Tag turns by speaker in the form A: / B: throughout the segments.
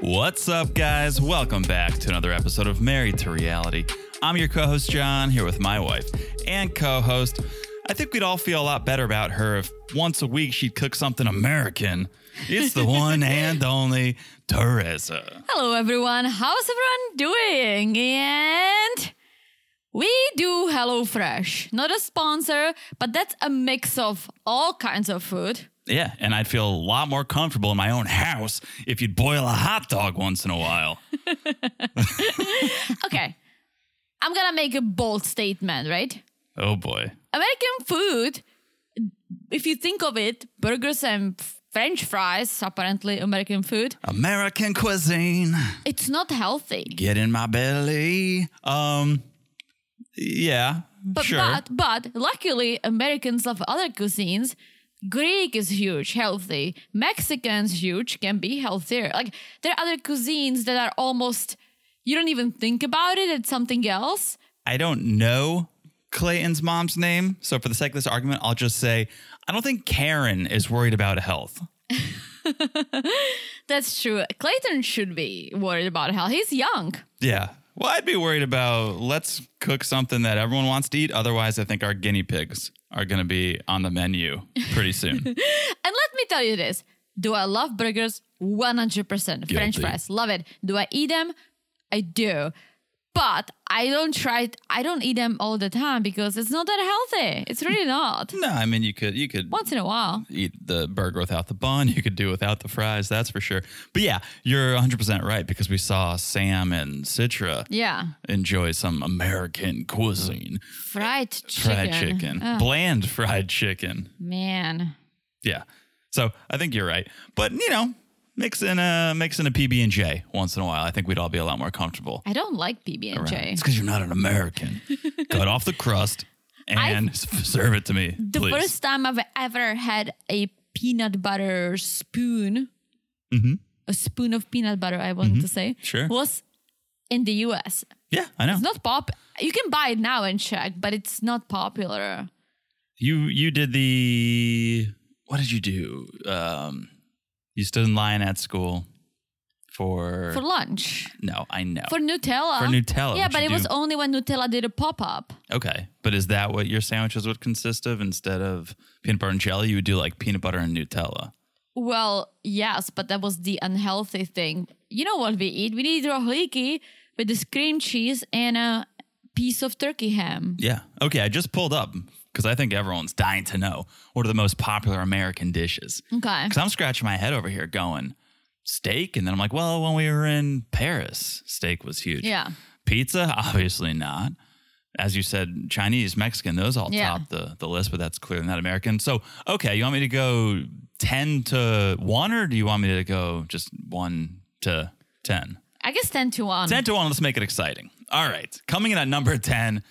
A: What's up, guys? Welcome back to another episode of Married to Reality. I'm your co host, John, here with my wife and co host. I think we'd all feel a lot better about her if once a week she'd cook something American. It's the one and only Teresa.
B: Hello, everyone. How's everyone doing? And we do HelloFresh. Not a sponsor, but that's a mix of all kinds of food.
A: Yeah, and I'd feel a lot more comfortable in my own house if you'd boil a hot dog once in a while.
B: Okay. I'm going to make a bold statement, right?
A: Oh boy.
B: American food, if you think of it, burgers and f- french fries, apparently American food,
A: American cuisine.
B: it's not healthy.
A: Get in my belly. Um yeah,
B: But,
A: sure.
B: but but luckily Americans love other cuisines. Greek is huge, healthy. Mexicans huge can be healthier. Like there are other cuisines that are almost you don't even think about it. It's something else.
A: I don't know Clayton's mom's name. So, for the sake of this argument, I'll just say I don't think Karen is worried about health.
B: That's true. Clayton should be worried about health. He's young.
A: Yeah. Well, I'd be worried about let's cook something that everyone wants to eat. Otherwise, I think our guinea pigs are going to be on the menu pretty soon.
B: And let me tell you this. Do I love burgers? 100%. French
A: Guilty.
B: fries. Love it. Do I eat them? I do. But I don't try it. I don't eat them all the time because it's not that healthy. It's really not.
A: no, I mean, you could, you could.
B: Once in a while.
A: Eat the burger without the bun. You could do without the fries. That's for sure. But yeah, you're 100% right because we saw Sam and Citra
B: Yeah.
A: enjoy some American cuisine.
B: Fried chicken.
A: Fried chicken.
B: Oh,
A: Bland fried chicken.
B: man.
A: Yeah. So I think you're right. But you know, mixing a mixing a PB and J once in a while, I think we'd all be a lot more comfortable.
B: I don't like
A: around.
B: PB&J.
A: It's because you're not an American. Cut off the crust and s- serve it to me,
B: The
A: please.
B: first time I've ever had a peanut butter spoon,
A: Mm-hmm.
B: a spoon of peanut butter, I wanted to say,
A: Sure.
B: was in the US.
A: yeah, I know.
B: It's not pop. You can buy it now and check, but it's not popular.
A: you you did the what did you do? Um, you stood in line at school for,
B: For lunch,
A: no, I know
B: for Nutella.
A: For Nutella,
B: Yeah,
A: what'd
B: but
A: you
B: it was
A: do?
B: only when Nutella did a pop up.
A: okay. But is that what your sandwiches would consist of instead of peanut butter and jelly? You would do like peanut butter and Nutella.
B: Well, yes, but that was the unhealthy thing. You know what we eat? We eat rohliki with this cream cheese and a piece of turkey ham.
A: Yeah. Okay. I just pulled up because I think everyone's dying to know what are the most popular American dishes.
B: Okay.
A: Because I'm scratching my head over here going steak. And then I'm like, well, when we were in Paris, steak was huge.
B: Yeah.
A: Pizza, obviously not. As you said, Chinese, Mexican, those all
B: Yeah.
A: top the, the list, but that's clearly not American. So, okay, you want me to go 10 to 1 or do you want me to go just 1 to 10?
B: I guess 10 to 1.
A: 10 to 1. Let's make it exciting. All right. Coming in at number 10.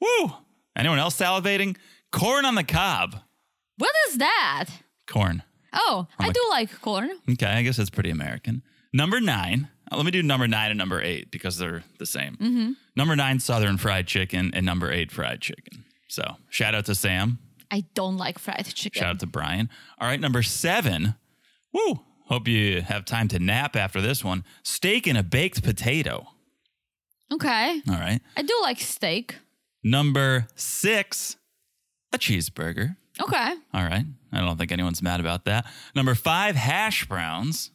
A: Woo. Anyone else salivating? Corn on the cob.
B: What is that?
A: Corn.
B: Oh, I do like corn.
A: Okay. I guess that's pretty American. Number nine. uh, Let me do number nine and number eight because they're the same. Number nine, Southern fried chicken, and number eight, fried chicken. So shout out to Sam.
B: I don't like fried chicken.
A: Shout out to Brian. All right. Number seven. Woo. Hope you have time to nap after this one. Steak and a baked potato.
B: Okay.
A: All right.
B: I do like steak.
A: Number six, a cheeseburger.
B: Okay.
A: All right. I don't think anyone's mad about that. Number five, hash browns.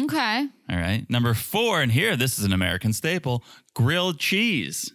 B: Okay.
A: All right. Number four, and here, this is an American staple grilled cheese.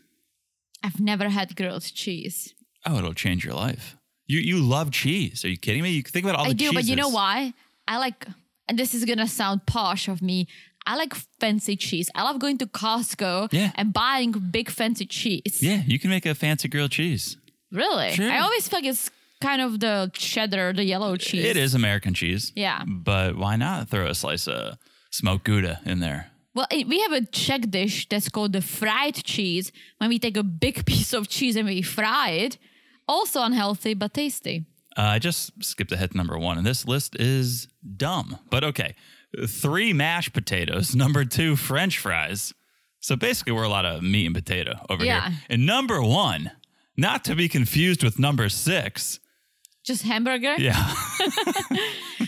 B: I've never had grilled cheese.
A: Oh, it'll change your life. You, you love cheese. Are you kidding me? You think about all
B: I
A: the
B: do, but you know
A: cheeses.
B: why? I like, and this is gonna sound posh of me. I like fancy cheese. I love going to Costco
A: Yeah.
B: and buying big fancy cheese.
A: Yeah, you can make a fancy grilled cheese.
B: Really?
A: Sure.
B: I always feel like it's kind of the cheddar, the yellow cheese.
A: It is American cheese.
B: Yeah.
A: But why not throw a slice of smoked Gouda in there?
B: Well, i- we have a Czech dish that's called the fried cheese. When we take a big piece of cheese and we fry it, also unhealthy but tasty.
A: Uh, I just skipped ahead to number one, and this list is dumb, but okay. Three mashed potatoes, number two, French fries. So basically, we're a lot of meat and potato over
B: Yeah.
A: here. And number one, Not to be confused with number six.
B: Just hamburger.
A: Yeah.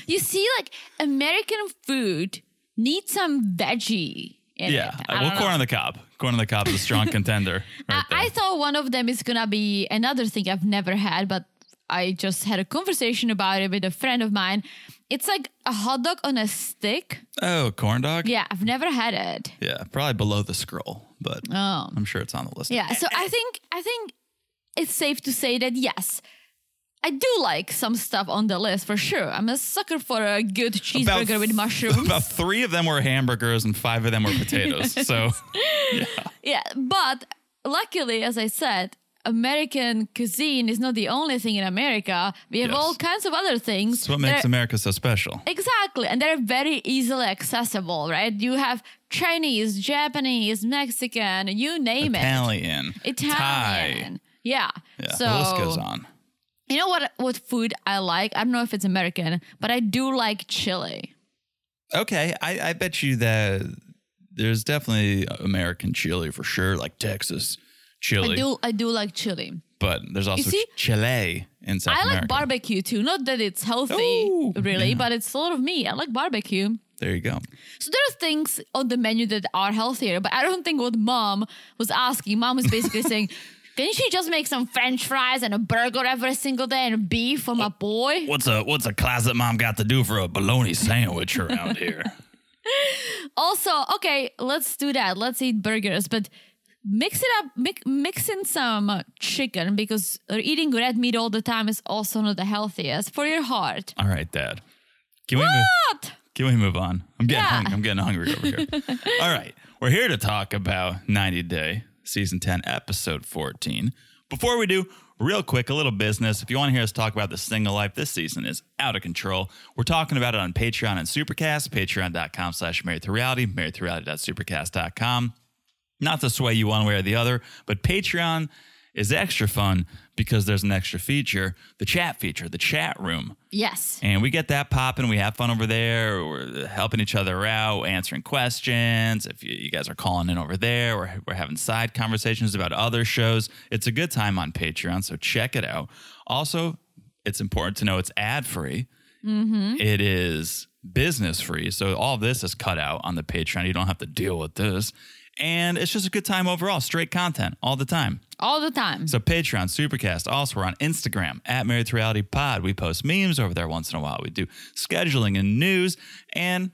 B: You see, like American food needs some veggie. In
A: Yeah. uh,
B: It. I
A: Well,
B: don't know.
A: corn on the cob. Corn on the cob is a strong contender. Right there.
B: I, I thought one of them is gonna be another thing I've never had, but I just had a conversation about it with a friend of mine. It's like a hot dog on a stick.
A: oh, corn dog?
B: Yeah, I've never had it.
A: Yeah, Probably below the scroll, but
B: Oh.
A: I'm sure it's on the list.
B: Yeah, so I think I think it's safe to say that yes. I do like some stuff on the list for sure. I'm a sucker for a good
A: About
B: cheeseburger with
A: th-
B: mushrooms.
A: About three of them were hamburgers and five of them were potatoes. so
B: Yeah, but luckily, as I said, American cuisine is not the only thing in America. We have
A: Yes.
B: all kinds of other things.
A: that's what makes
B: that are-
A: America so special.
B: Exactly, and they're very easily accessible, right? You have Chinese, Japanese, Mexican, you name
A: Italian.
B: it, Italian. Yeah.
A: Yeah,
B: So
A: the list goes on.
B: you know what? What food I like? I don't know if it's American, but I do like chili.
A: Okay, I, I bet you that there's definitely American chili for sure, like Texas
B: I
A: chili.
B: do. I do like chili.
A: But there's also
B: see,
A: ch- Chile in South
B: I
A: America.
B: like barbecue too. Not that it's healthy,
A: Oh,
B: really,
A: yeah.
B: but it's sort of me. I like barbecue.
A: there you go.
B: So there are things on the menu that are healthier, but I don't think what mom was asking. Mom was basically saying, "Can she just make some French fries and a burger every single day and beef for my
A: Oh.
B: boy?"
A: What's a what's a closet mom got to do for a bologna sandwich around here?
B: Also, okay, let's do that. Let's eat burgers, but mix it up. Mix, mix in some uh, chicken because uh, eating red meat all the time is also not the healthiest for your heart.
A: All right, Dad. Can we move,
B: But
A: can we move on? I'm getting
B: Yeah.
A: hungry. I'm getting hungry over here. All right, we're here to talk about 90 Day Season 10, Episode 14. Before we do, real quick, a little business. If you want to hear us talk about the single life, this season is out of control. We're talking about it on Patreon and Supercast. Patreon.com/slash slash Married to Reality. Married to Reality.supercast.com. not to sway you one way or the other, but Patreon is extra fun because there's an extra feature, the chat feature, the chat room.
B: yes,
A: And we get that popping. We have fun over there. We're helping each other out, answering questions. If you, you guys are calling in over there, we're, we're having side conversations about other shows. It's a good time on Patreon, so check it out. Also, it's important to know it's ad free. It is business free. So all this is cut out on the Patreon. You don't have to deal with this. And it's just a good time overall, straight content all the time.
B: all the time.
A: So Patreon, Supercast, also we're on Instagram at Married to Reality Pod. We post memes over there once in a while. We do scheduling and news, and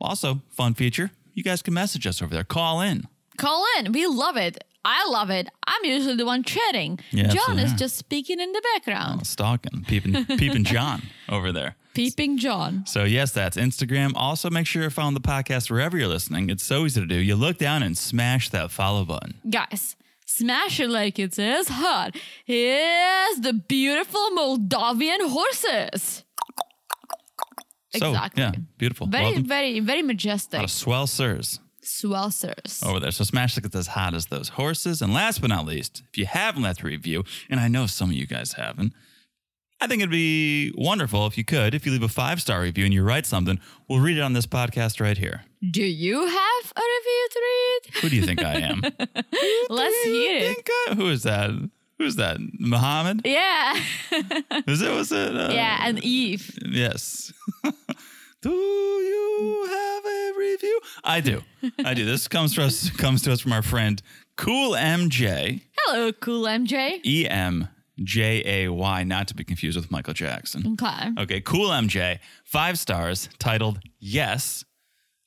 A: also fun feature. You guys can message us over there. Call in.
B: Call in. We love it. I love it. I'm usually the one chatting.
A: Yeah,
B: John is
A: absolutely.
B: just speaking in the background.
A: Stalking, peeping, peeping John over there.
B: Peeping John.
A: So yes, that's Instagram. Also, make sure you're following the podcast wherever you're listening. It's so easy to do. You look down and smash that follow button.
B: Guys, smash it like it is hot. Here's the beautiful Moldavian horses.
A: So,
B: exactly.
A: Yeah, beautiful.
B: Very,
A: Welcome.
B: very, very
A: A Oh. lot
B: majestic.
A: of swell sirs.
B: Swelters.
A: over there. So smash to get as hot as those horses. And last but not least, if you haven't left a review, and I know some of you guys haven't, I think it'd be wonderful if you could, if you leave a five star review and you write something, we'll read it on this podcast right here.
B: Do you have a review to read?
A: Who do you think I am?
B: Let's
A: Who do you
B: hear it.
A: think I- who is that? Who's that? Muhammad?
B: Yeah.
A: Uh, Is it? Was it? Uh,
B: yeah, and Eve.
A: Yes. do you have a review? I do. I do. This comes from us comes to us from our friend Cool MJ.
B: Hello, cool MJ.
A: E M J A Y, not to be confused with Michael Jackson.
B: Okay.
A: Okay, cool MJ, five stars, titled Yes.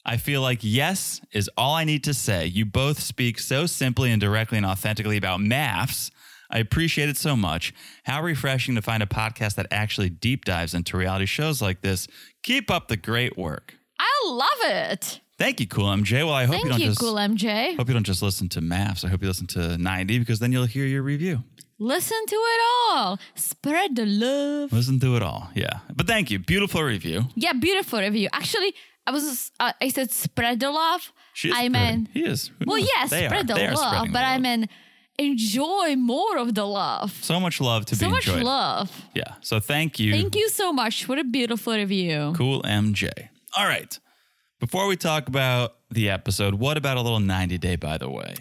A: I feel like yes is all I need to say. You both speak so simply and directly and authentically about maths. I appreciate it so much. How refreshing to find a podcast that actually deep dives into reality shows like this. Keep up the great work.
B: I love it.
A: Thank you, Cool MJ. Well, I hope you
B: Thank
A: don't
B: you,
A: just
B: cool MJ.
A: hope you don't just listen to maths. I hope you listen to 90 because then you'll hear your review.
B: Listen to it all. Spread the love.
A: Listen to it all. Yeah. But thank you. Beautiful review.
B: Yeah, beautiful review. Actually, I was uh, I said spread the love.
A: She is
B: I
A: spreading-
B: meant
A: He is.
B: well, yeah,
A: Mm, They are-
B: spread the
A: they are
B: love,
A: spreading
B: but
A: the
B: I
A: love.
B: meant enjoy more of the love.
A: so much love to
B: So
A: be
B: much
A: enjoyed.
B: love.
A: Yeah. So thank you.
B: Thank you so much. What a beautiful review.
A: Cool MJ. All right. Before we talk about the episode, what about a little 90 day, by the way?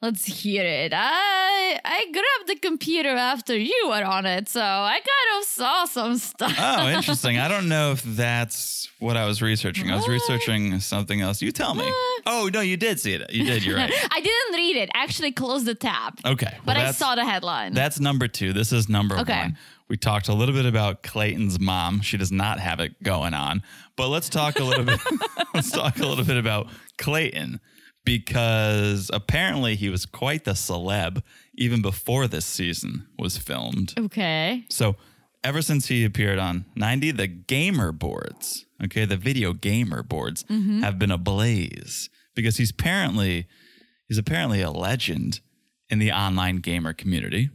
B: Let's hear it. I I grabbed the computer after you were on it, so I kind of saw some stuff.
A: Oh, interesting. I don't know if that's what I was researching. I was
B: What?
A: researching something else. You tell me. Oh, no, you did see it. You did. You're right.
B: I didn't read it. I actually closed the tab.
A: Okay. Oh, well,
B: But I
A: that's-
B: saw the headline.
A: That's number two. This is number
B: Okay.
A: one. We talked a little bit about Clayton's mom. She does not have it going on. But let's talk a little bit. let's talk a little bit about Clayton because apparently he was quite the celeb even before this season was filmed.
B: okay.
A: So ever since he appeared on 90, the gamer boards, okay, the video gamer boards have been ablaze because he's apparently he's apparently a legend in the online gamer community.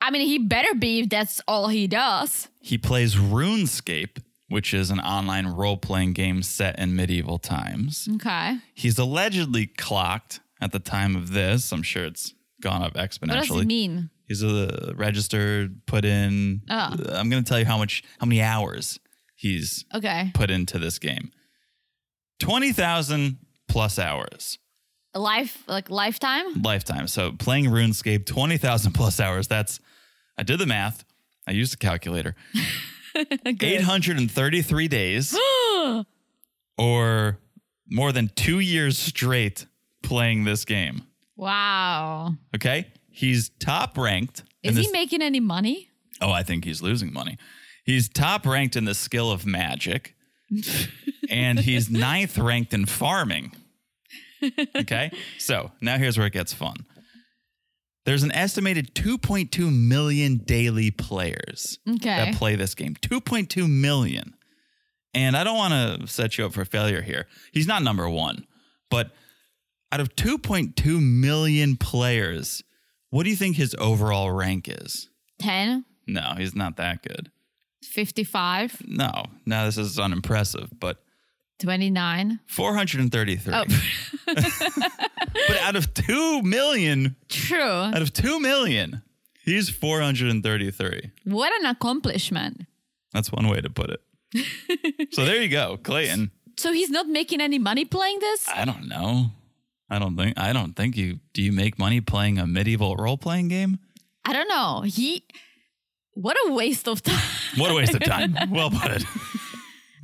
B: I mean, he better be if that's all he does.
A: He plays RuneScape, which is an online role playing game set in medieval times.
B: Okay.
A: He's allegedly clocked at the time of this. I'm sure it's gone up exponentially.
B: What does it mean?
A: He's a registered, put in.
B: Oh.
A: I'm going to tell you how much, how many hours he's
B: Okay.
A: put into this game 20,000 plus hours
B: Life, like lifetime?
A: lifetime. So playing RuneScape, 20,000 plus hours. That's, I did the math. I used a calculator. 833 days. or more than two years straight playing this game.
B: wow.
A: Okay. He's top ranked. in
B: Is he
A: this-
B: making any money?
A: oh, I think he's losing money. He's top ranked in the skill of magic, and he's ninth ranked in farming. Okay. So now here's where it gets fun. There's an estimated 2.2 million daily players
B: Okay.
A: that play this game. 2.2 million. And I don't want to set you up for failure here. He's not number one, but out of 2.2 million players, what do you think his overall rank is?
B: 10,
A: No, he's not that good.
B: 55,
A: No, no, this is unimpressive, but
B: 29.
A: 433.
B: Oh,
A: but out of 2 million,
B: true.
A: out of 2 million, he's 433.
B: What an accomplishment.
A: That's one way to put it. so there you go, Clayton.
B: So he's not making any money playing this?
A: I don't know. I don't think I don't think you do you make money playing a medieval role playing game?
B: I don't know. He. What a waste of time.
A: What a waste of time. Well put.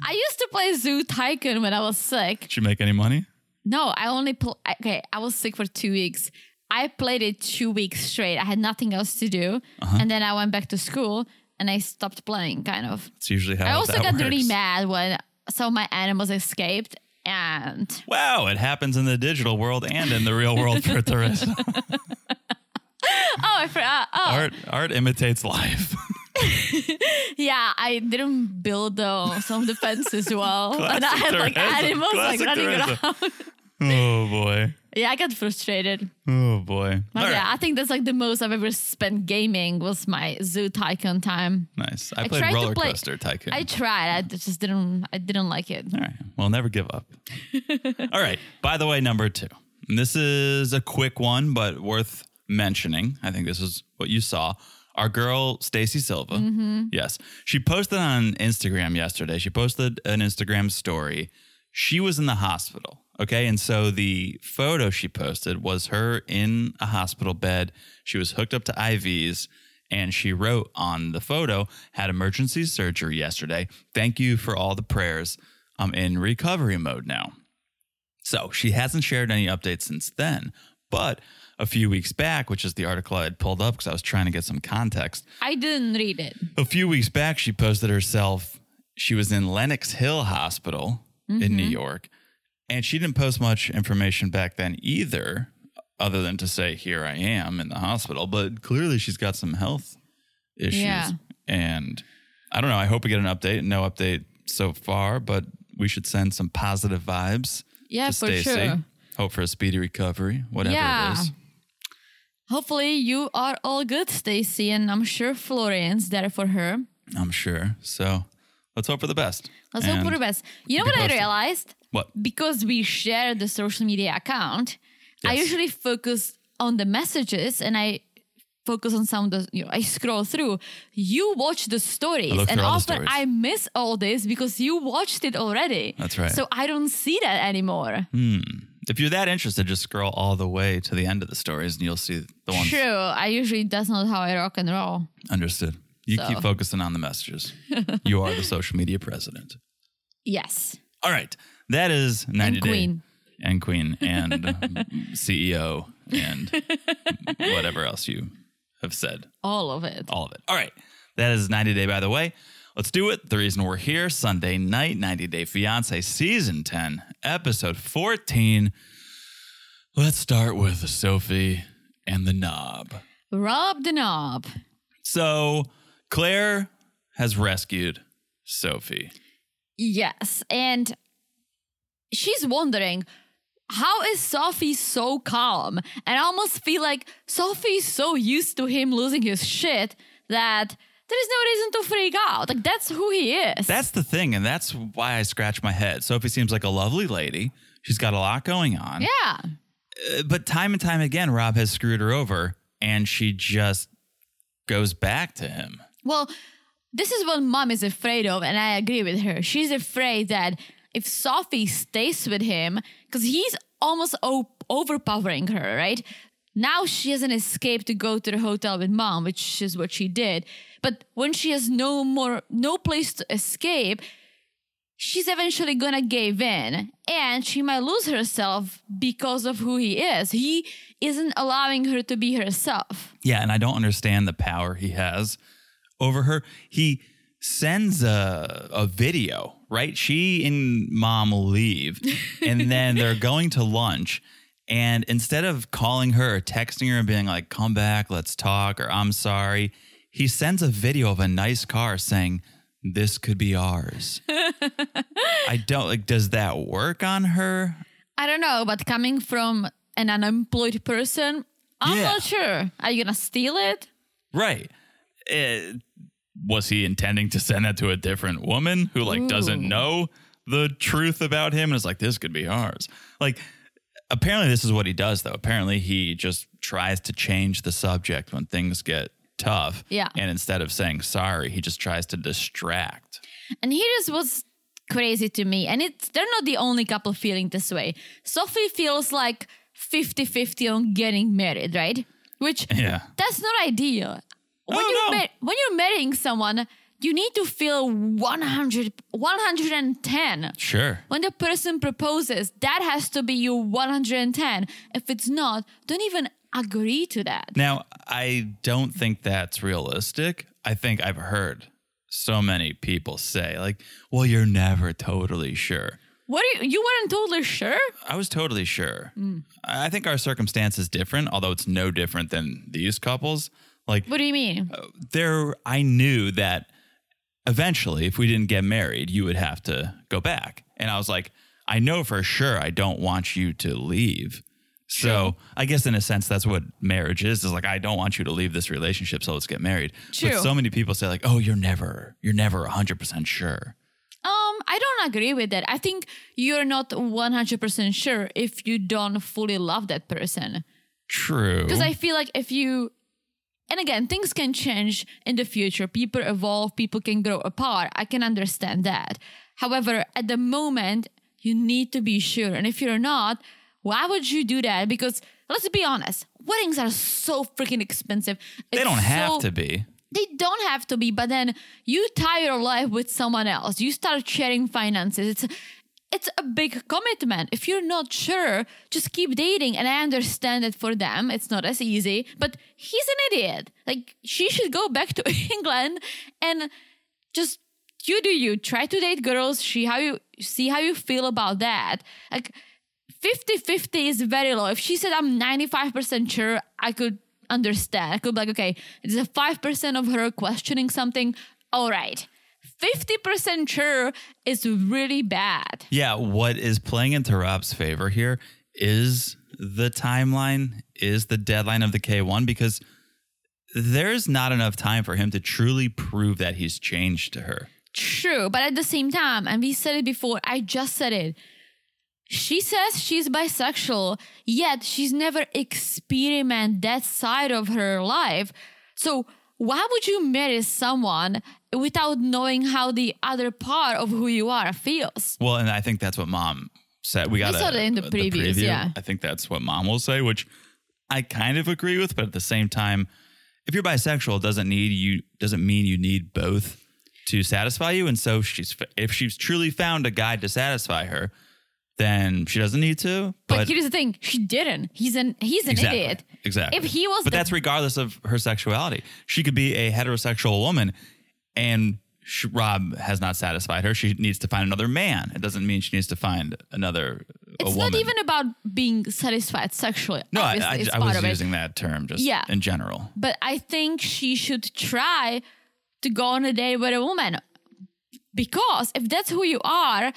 B: I used to play Zoo Tycoon when I was sick.
A: Did you make any money?
B: No, I only pl- okay. I was sick for two weeks. I played it two weeks straight. I had nothing else to do,
A: Uh-huh.
B: and then I went back to school and I stopped playing. Kind of.
A: It's usually how
B: I also
A: that
B: got
A: works.
B: really mad when some of my animals escaped, and
A: Wow, it happens in the digital world and in the real world for Teresa.
B: oh, I forgot. Oh,
A: art art imitates life.
B: yeah, I didn't build uh, some defenses well, and I had like
A: Teresa.
B: animals
A: Classic
B: like running
A: Teresa.
B: around.
A: oh boy.
B: Yeah, I got frustrated.
A: Oh boy.
B: But
A: All
B: yeah, I
A: right.
B: think that's like the most I've ever spent gaming was my Zoo Tycoon time.
A: Nice. I,
B: I
A: played
B: tried to
A: roller
B: play-
A: coaster tycoon.
B: I tried. I just didn't. I didn't like it.
A: All right. Well, never give up. All right. By the way, number two. And this is a quick one, but worth mentioning. I think this is what you saw. Our girl, Stacy Silva. Yes. She posted on Instagram yesterday. She posted an Instagram story. She was in the hospital. Okay. And so the photo she posted was her in a hospital bed. She was hooked up to IVs. And she wrote on the photo, had emergency surgery yesterday. Thank you for all the prayers. I'm in recovery mode now. So she hasn't shared any updates since then. But a few weeks back, which is the article I had pulled up because I was trying to get some context,
B: I didn't read it.
A: a few weeks back, she posted herself. She was in Lenox Hill Hospital in New York, and she didn't post much information back then either, other than to say, Here I am in the hospital. But clearly, she's got some health issues.
B: Yeah.
A: And I don't know. I hope we get an update. No update so far, but we should send some positive vibes
B: Yeah,
A: to
B: for
A: Stacy.
B: sure.
A: Hope for a speedy recovery, whatever
B: Yeah.
A: it is.
B: Hopefully, you are all good, Stacy, and I'm sure Florian's there for her.
A: I'm sure. So let's hope for the best.
B: Let's hope for
A: And
B: the best. You know what I
A: posted.
B: realized?
A: What?
B: Because we share the social media account, I
A: Yes.
B: usually focus on the messages and I focus on some of the, you know, I scroll through. You watch the stories,
A: look
B: and
A: through all the
B: often
A: stories.
B: I miss all this because you watched it already.
A: That's right. Mm.
B: So I don't see that anymore.
A: If you're that interested, just scroll all the way to the end of the stories and you'll see the ones
B: True. I usually that's not how I rock and roll.
A: understood. You keep
B: So.
A: focusing on the messages. you are the social media president.
B: Yes.
A: All right. That is 90 Day.
B: queen.
A: And queen and CEO and whatever else you have said.
B: All of it.
A: All of it. All right. That is 90 Day, by the way. Let's do it. The reason we're here Sunday night, 90 Day Fiance, season 10, episode 14. Let's start with Sophie and the knob.
B: Rob the knob.
A: So Claire has rescued Sophie.
B: Yes. And she's wondering how is Sophie so calm? And I almost feel like Sophie's so used to him losing his shit that there is no reason to freak out. Like that's who he is.
A: That's the thing, and that's why I scratch my head. Sophie seems like a lovely lady. She's got a lot going on.
B: yeah.
A: Uh, But time and time again, Rob has screwed her over, and she just goes back to him.
B: Well, this is what mom is afraid of, and I agree with her. She's afraid that if Sophie stays with him, because he's almost o- overpowering her, right? Now she has an escape to go to the hotel with mom, which is what she did. But when she has no more, no place to escape, she's eventually gonna give in and she might lose herself because of who he is. He isn't allowing her to be herself.
A: Yeah, and I don't understand the power he has over her. He sends a a video, right? She and mom leave, and then they're going to lunch. And instead of calling her or texting her and being like, come back, let's talk, or I'm sorry, he sends a video of a nice car saying, This could be ours. I don't like, does that work on her?
B: I don't know, but coming from an unemployed person, I'm
A: Yeah.
B: not sure. Are you gonna steal it?
A: Right. Eh, was he intending to send that to a different woman who like doesn't
B: Ooh.
A: know the truth about him and is like this could be ours. Like apparently this is what he does though. Apparently he just tries to change the subject when things get tough.
B: Yeah.
A: And instead of saying sorry, he just tries to distract.
B: And here is what's crazy to me, and it's they're not the only couple feeling this way. Sophie feels like 50-50 on getting married, right? Which
A: Yeah.
B: that's not ideal. When
A: Oh,
B: you're
A: no.
B: mar- when you're marrying someone, you need to feel 100 110
A: Sure.
B: When the person proposes, that has to be your 110. If it's not, don't even agree to that.
A: Now, I don't think that's realistic. I think I've heard so many people say like, "Well, you're never totally sure."
B: What are you, you weren't totally sure?
A: I was totally sure. I I think our circumstance is different, although it's no different than these couples. Like
B: What do you mean?
A: Oh. there, I knew that eventually, if we didn't get married, you would have to go back. And I was like, I know for sure I don't want you to leave. So I guess in a sense, that's what marriage is. Is like I don't want you to leave this relationship, so let's get married.
B: True.
A: But so many people say like, oh, you're never, you're never hundred percent sure.
B: Um, I don't agree with that. I think you're not 100% sure if you don't fully love that person.
A: True.
B: Because I feel like if you, and again, things can change in the future. People evolve, people can grow apart. I can understand that. However, at the moment, you need to be sure. And if you're not, why would you do that? Because let's be honest, weddings are so freaking expensive.
A: they don't have to be.
B: They don't have to be, but then you tie your life with someone else. You start sharing finances. It's it's a big commitment. If you're not sure, just keep dating. And I understand that for them, it's not as easy, but he's an idiot. Like, she should go back to England and just you do you. Try to date girls, see how you see how you feel about that. Like 50-50 is very low. If she said I'm 95% sure, I could understand. I could be like, okay, it's a 5% of her questioning something. All right. 50% sure is really bad.
A: Yeah, what is playing into Rob's favor here is the timeline, is the deadline of the K1 because there's not enough time for him to truly prove that he's changed to her.
B: True, but at the same time, and we said it before, I just said it. She says she's bisexual, yet she's never experimented that side of her life. So why would you marry someone without knowing how the other part of who you are feels?
A: Well, and I think that's what mom set. We got
B: saw
A: a-
B: that in the previews, yeah.
A: I think that's what mom will say, which I kind of agree with, but at the same time, if you're bisexual, it doesn't need you doesn't mean you need both to satisfy you. And so she's if she's truly found a guy to satisfy her, then she doesn't need to.
B: But,
A: But,
B: here's the thing: she didn't. He's an he's an
A: exactly,
B: idiot.
A: Exactly.
B: If he was
A: but
B: the-
A: that's regardless of her sexuality. She could be a heterosexual woman, and sh Rob has not satisfied her. She needs to find another man. It doesn't mean she needs to find another. a
B: It's
A: woman.
B: not even about being satisfied sexually.
A: No, I,
B: Obviously,
A: I,
B: it's
A: I
B: part
A: was
B: of it.
A: using that term just
B: Yeah.
A: in general.
B: But I think she should try to go on a date with a woman because if that's who you are,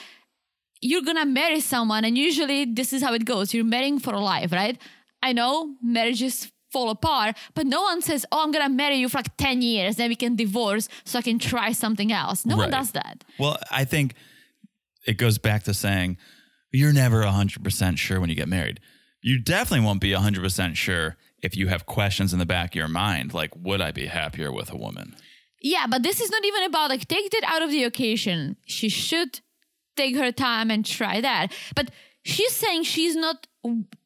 B: you're gonna marry someone, and usually this is how it goes. You're marrying for life, right? I know marriages fall apart, but no one says, "Oh, I'm gonna marry you for like ten years, then we can divorce, so I can try something else." No one
A: Right.
B: does that.
A: Well, I think it goes back to saying you're never 100% sure when you get married. You definitely won't be 100% sure if you have questions in the back of your mind, like, would I be happier with a woman?
B: Yeah, but this is not even about like take that out of the occasion. She should take her time and try that. But she's saying she's not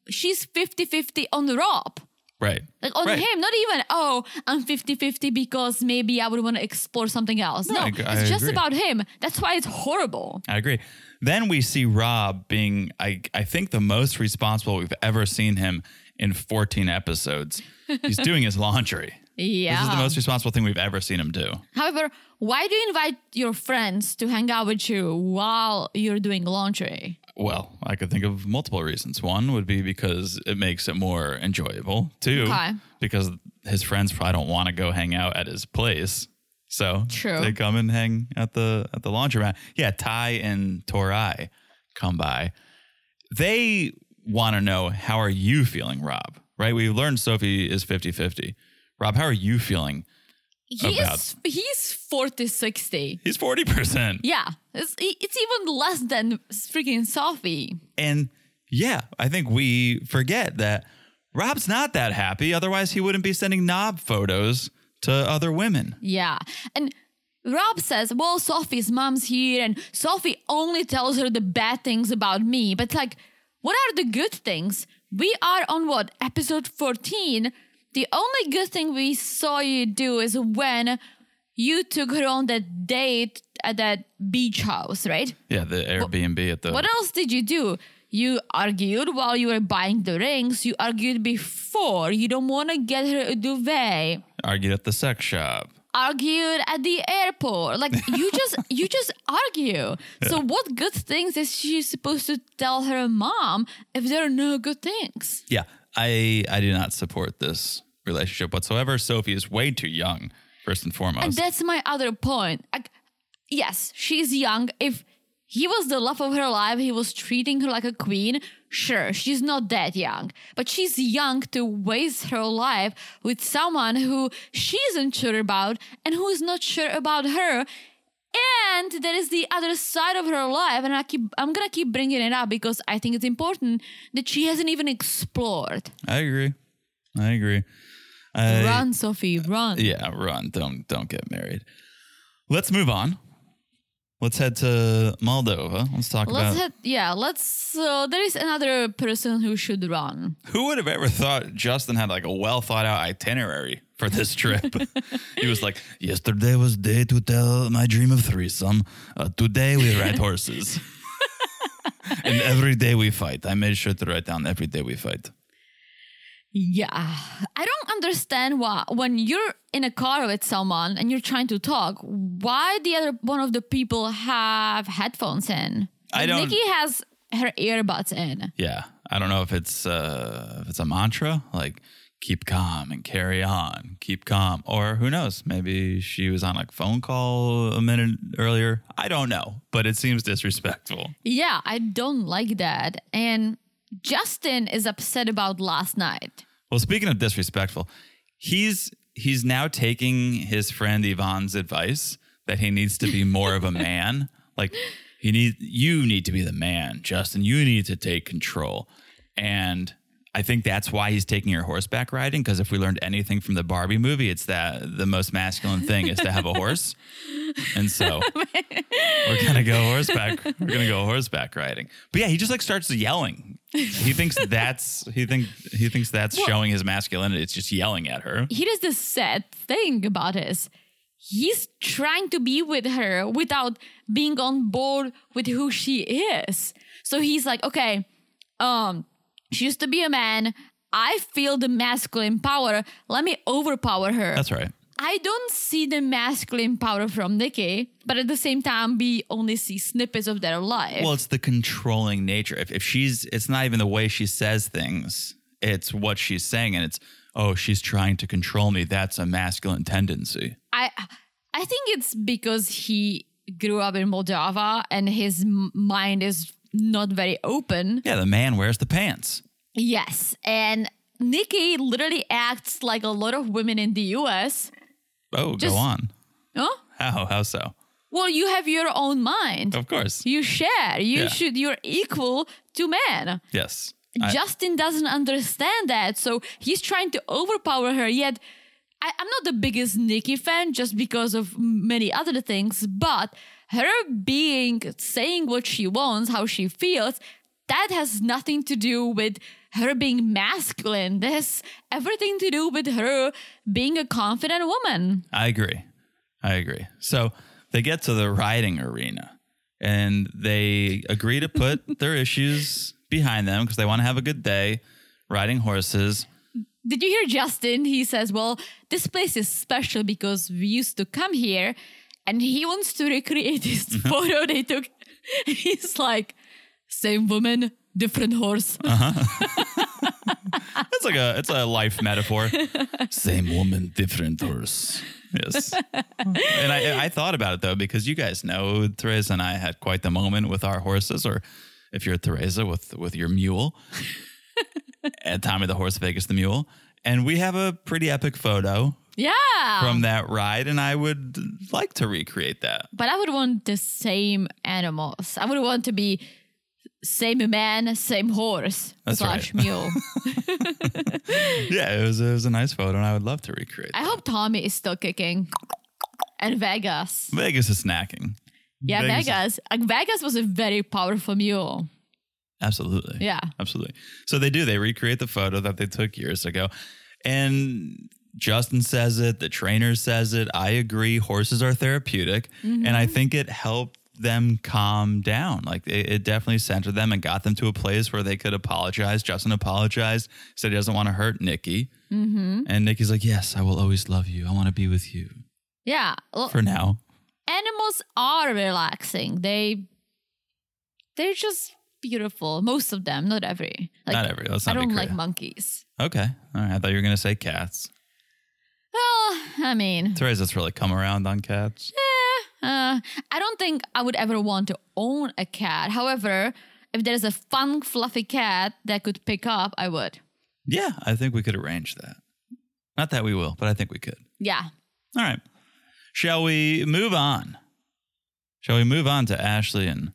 B: she's 50-50 on Rob.
A: Right.
B: Like on
A: Right.
B: him, not even, oh, I'm 50-50 because maybe I would want to explore something else. No,
A: I
B: it's
A: ag- I
B: just
A: agree.
B: about him. That's why it's horrible.
A: I agree. Then we see Rob being, I, I think, the most responsible we've ever seen him in 14 episodes. He's doing his laundry.
B: Yeah.
A: This is the most responsible thing we've ever seen him do.
B: However, why do you invite your friends to hang out with you while you're doing laundry?
A: Well, I could think of multiple reasons. One would be because it makes it more enjoyable. Two,
B: Okay.
A: because his friends probably don't want to go hang out at his place. So
B: True.
A: they come and hang at the at the laundromat. Yeah, Ty and Torai come by. They want to know how are you feeling, Rob? Right? We learned Sophie is 50-50. Rob, how are you feeling?
B: He's he's 40-60.
A: He's 40%.
B: Yeah, it's, e, it's even less than freaking Sophie.
A: And yeah, I think we forget that Rob's not that happy. Otherwise, he wouldn't be sending knob photos to other women.
B: Yeah. And Rob says, Well, Sophie's mom's here, and Sophie only tells her the bad things about me. But, like, what are the good things? We are on what? Episode 14. The only good thing we saw you do is when you took her on that date at that beach house, right?
A: Yeah, the Airbnb at the.
B: What else did you do? You argued while you were buying the rings. You argued before. You don't want to get her a duvet.
A: argued at the sex shop.
B: Argued at the airport. Like you just you just argue. So what good things is she supposed to tell her mom if there are no good things?
A: Yeah, I I do not support this relationship whatsoever. Sophie is way too young, first and foremost.
B: And that's my other point. Like, yes, she's young. If he was the love of her life, he was treating her like a queen. Sure, she's not that young, but she's young to waste her life with someone who she isn't sure about and who is not sure about her. And there is the other side of her life, and I keep I'm gonna keep bringing it up because I think it's important that she hasn't even explored.
A: I agree. I agree. I,
B: run, Sophie, run.
A: Yeah, run. Don't don't get married. Let's move on. Let's head to Moldova. Let's talk about
B: Let's hit, yeah, let's. So there is another person who should run.
A: Who would have ever thought Justin had like a well thought out itinerary for this trip? he was like, Yesterday was day to tell my dream of threesome. Uh, today we ride horses. and every day we fight. I made sure to write down every day we fight.
B: Yeah, I don't understand why when you're in a car with someone and you're trying to talk, why the other one of the people have headphones in.
A: I don't-
B: Nikki has her earbuds in.
A: Yeah. I don't know if it's uh, if it's a mantra like keep calm and carry on, keep calm, or who knows? Maybe she was on a phone call a minute earlier. I don't know, but it seems disrespectful.
B: Yeah, I don't like that. And Justin is upset about last night.
A: Well, speaking of disrespectful, he's he's now taking his friend Yvonne's advice that he needs to be more of a man. Like he need you need to be the man, Justin. You need to take control. And I think that's why he's taking your horseback riding. Because if we learned anything from the Barbie movie, it's that the most masculine thing is to have a horse. And so we're gonna go horseback. We're gonna go horseback riding. But yeah, he just like starts yelling. He thinks that's he think he thinks that's
B: Well-
A: showing his masculinity. It's just yelling at her.
B: He does the sad thing about this. He's trying to be with her without being on board with who she is. So he's like, okay, um, she used to be a man. I feel the masculine power. Let me overpower her.
A: That's right.
B: I don't see the masculine power from Nikki, but at the same time, we only see snippets of their life.
A: Well, it's the controlling nature. If if she's it's not even the way she says things. It's what she's saying, and it's oh, she's trying to control me. That's a masculine tendency.
B: I I think it's because he grew up in Moldova and his m- mind is not very open.
A: Yeah, the man wears the pants.
B: Yes, and Nikki literally acts like a lot of women in the U.S.
A: Oh,
B: Just-
A: go on.
B: Huh?
A: How? How so?
B: Well, you have your own mind.
A: Of course.
B: You share. You
A: Yeah.
B: should. You're equal to men.
A: Yes. I-
B: Justin doesn't understand that, so he's trying to overpower her. Yet, I, I'm not the biggest Nikki fan just because of many other things, but her being saying what she wants, how she feels, that has nothing to do with her being masculine. This has everything to do with her being a confident woman.
A: I agree. I agree. So they get to the riding arena and they agree to put their issues behind them because they want to have a good day riding horses.
B: Did you hear Justin? He says, Well, this place is special because we used to come here and he wants to recreate his
A: Uh-huh.
B: photo they took. He's like, Same woman, different horse.
A: Uh-huh. It's like a it's a life metaphor. Same woman, different horse. Yes. And I, I thought about it though, because you guys know Teresa and I had quite the moment with our horses, or if you're Teresa with with your mule. and Tommy the horse, Vegas the mule. And we have a pretty epic photo
B: Yeah. Oh.
A: from that ride, and I would like to recreate that.
B: but I would want the same animals. I would want to be same man, same horse,
A: That's
B: slash
A: right.
B: mule.
A: Yeah, it was it was a nice photo, and I would love to recreate.
B: I
A: that.
B: hope Tommy is still kicking. And Vegas.
A: Vegas is snacking.
B: Yeah,
A: Vegas is-
B: Vegas. Like, Vegas was a very powerful mule.
A: Absolutely.
B: Yeah.
A: Absolutely. So they do. They recreate the photo that they took years ago, and Justin says it. The trainer says it. I agree. Horses are therapeutic, and
B: Mm-hmm.
A: I think it helped them calm down. Like it, it definitely centered them and got them to a place where they could apologize. Justin apologized. Said he doesn't want to hurt Nikki,
B: Mm-hmm.
A: and Nikki's like, "Yes, I will always love you. I want to be with you
B: Yeah. Well,
A: for now."
B: animals are relaxing. They they're just beautiful. Most of them, not every. Like,
A: not every. Let's
B: I
A: not
B: don't
A: be
B: like
A: crazy.
B: monkeys.
A: okay. All right. I thought you were gonna say cats.
B: Well, I mean,
A: Teresa's really come around on cats.
B: uh, I don't think I would ever want to own a cat. However, if there's a fun, fluffy cat that I could pick up, I would.
A: Yeah, I think we could arrange that. Not that we will, but I think we could.
B: Yeah.
A: All right. Shall we move on? Shall we move on to Ashley and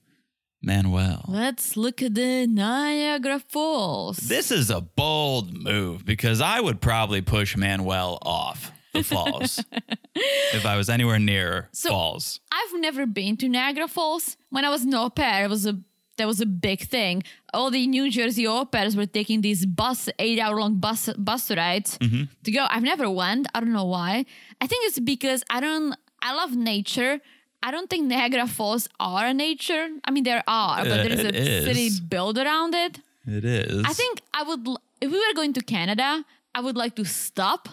A: Manuel?
B: Let's look at the Niagara Falls.
A: This is a bold move because I would probably push Manuel off the falls if I was anywhere near
B: So-
A: falls.
B: I've never been to Niagara Falls. When I was in au pair, it was a that was a big thing. All the New Jersey au pairs were taking these bus eight hour long bus bus rides
A: Mm-hmm.
B: to go. I've never went. I don't know why. I think it's because I don't. I love nature. I don't think Niagara Falls are nature. I mean, there are, but
A: Uh,
B: there's a
A: it is.
B: city built around it.
A: It is.
B: I think I would, l- if we were going to Canada, I would like to stop.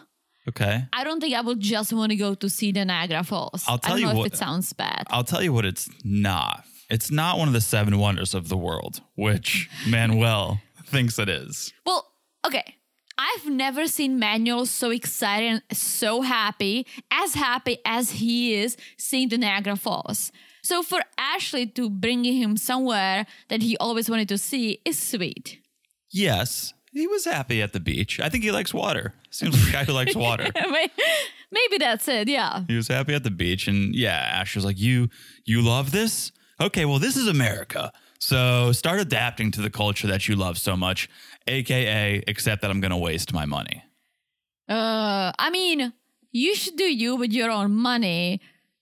A: Okay.
B: I don't think I would just want to go to see the Niagara Falls.
A: I'll tell
B: I don't
A: you
B: know
A: what-
B: if it sounds bad.
A: I'll tell you what it's not. It's not one of the seven wonders of the world, which Manuel thinks it is.
B: Well, okay. I've never seen Manuel so excited and so happy, as happy as he is seeing the Niagara Falls. So for Ashley to bring him somewhere that he always wanted to see is sweet.
A: Yes, he was happy at the beach. I think he likes water. Seems like a guy who likes water.
B: I mean, Maybe that's it, yeah.
A: He was happy at the beach, and yeah, Ash was like, "You, you love this? Okay, well, this is America. So start adapting to the culture that you love so much, aka, except that I'm gonna waste my money."
B: Uh, I mean, you should do you with your own money.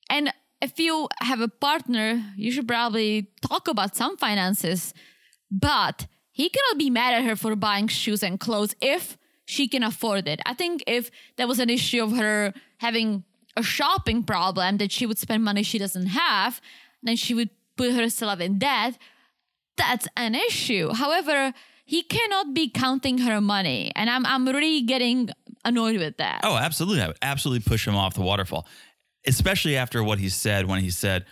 B: And if you have a partner, you should probably talk about some finances. But he cannot be mad at her for buying shoes and clothes if she can afford it. I think if there was an issue of her having a shopping problem that she would spend money she doesn't have, then she would put herself in debt. That's an issue. However, he cannot be counting her money. And I'm I'm really getting annoyed with that.
A: Oh, absolutely. I would absolutely push him off the waterfall, especially after what he said when he said,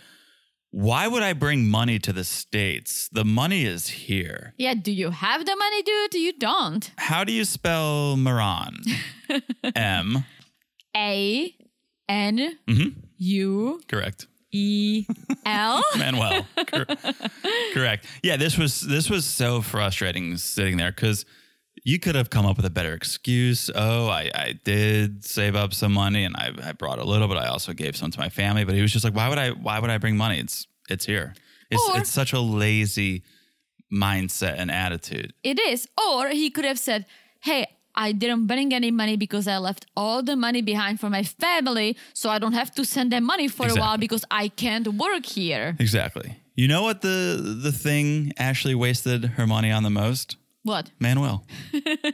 A: Why would I bring money to the States? The money is here.
B: Yeah, do you have the money, dude? You don't.
A: How do you spell Moran? M.
B: A N
A: Mhm.
B: U
A: Correct.
B: E L.
A: Manuel. Cor- correct. Yeah, this was this was so frustrating sitting there because you could have come up with a better excuse. Oh, I, I did save up some money and I, I brought a little, but I also gave some to my family. But he was just like, why would I why would I bring money? It's it's here. It's
B: Or-
A: it's such a lazy mindset and attitude.
B: It is. Or he could have said, hey, I didn't bring any money because I left all the money behind for my family, so I don't have to send them money for a while
A: Exactly.
B: because I can't work here.
A: Exactly. You know what the the thing Ashley wasted her money on the most?
B: What?
A: Manuel.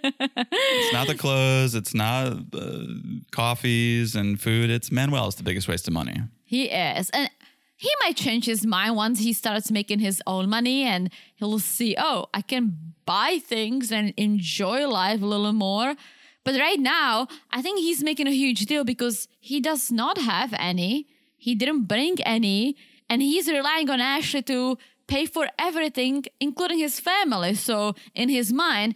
A: it's not the clothes. It's not uh, coffees and food. It's Manuel is the biggest waste of money.
B: He is. And he might change his mind once he starts making his own money and he'll see, oh, I can buy things and enjoy life a little more. But right now, I think he's making a huge deal because he does not have any. He didn't bring any. And he's relying on Ashley to pay for everything, including his family. So in his mind,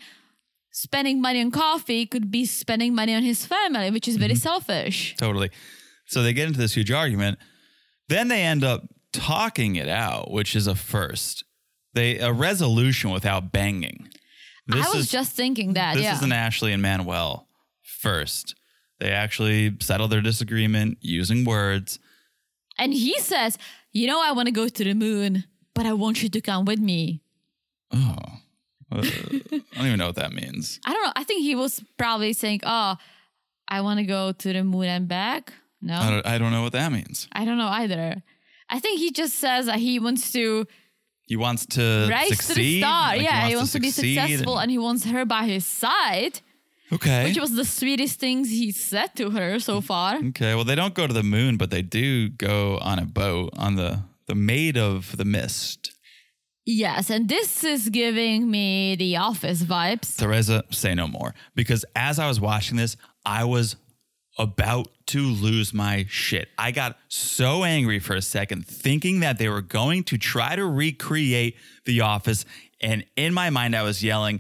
B: spending money on coffee could be spending money on his family, which is
A: Mm-hmm.
B: very selfish.
A: Totally. So they get into this huge argument. Then they end up talking it out, which is a first. They a resolution without banging. This
B: I was
A: is
B: just thinking that.
A: this
B: yeah.
A: is an Ashley and Manuel first. They actually settle their disagreement using words.
B: And he says, You know, I want to go to the moon, but I want you to come with me.
A: Oh, uh, I don't even know what that means.
B: I don't know. I think he was probably saying, Oh, I want to go to the moon and back. No,
A: I don't, I don't know what that means.
B: I don't know either. I think he just says that he wants to
A: He wants to
B: rise
A: succeed.
B: to the star.
A: like,
B: yeah, he wants to, be
A: succeed and- Eh?
B: successful and, he wants her by his side,
A: okay.
B: which was the sweetest things he said to her so far.
A: okay. Well, they don't go to the moon, but they do go on a boat on the the Maid of the Mist.
B: Yes, and this is giving me the office vibes.
A: Teresa, say no more. Because as I was watching this, I was about to lose my shit. I got so angry for a second, thinking that they were going to try to recreate The Office. And in my mind, I was yelling,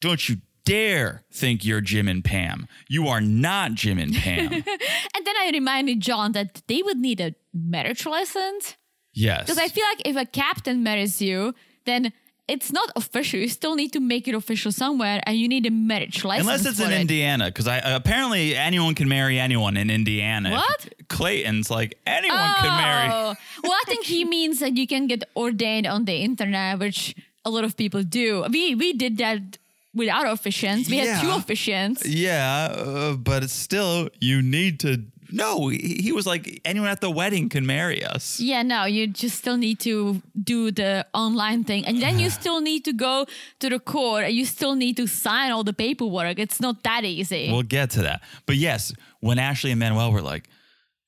A: Don't you dare think you're Jim and Pam. You are not Jim and Pam.
B: And then I reminded John that they would need a marriage license.
A: yes.
B: Because I feel like if a captain marries you, then it's not official. You still need to make it official somewhere, and you need a marriage license.
A: Unless it's
B: for
A: in
B: it.
A: Indiana, because I uh, apparently anyone can marry anyone in Indiana.
B: What?
A: Clayton's like anyone can marry.
B: Oh. well, I think he means that you can get ordained on the internet, which a lot of people do. We we did that with our officiants. We had two
A: Yeah.
B: officiants.
A: Yeah, uh, but it's still you need to. No, he, he was like anyone at the wedding can marry us.
B: Yeah, no, you just still need to do the online thing. And then you still need to go to the court and you still need to sign all the paperwork. It's not that easy.
A: We'll get to that. But yes, when Ashley and Manuel were like,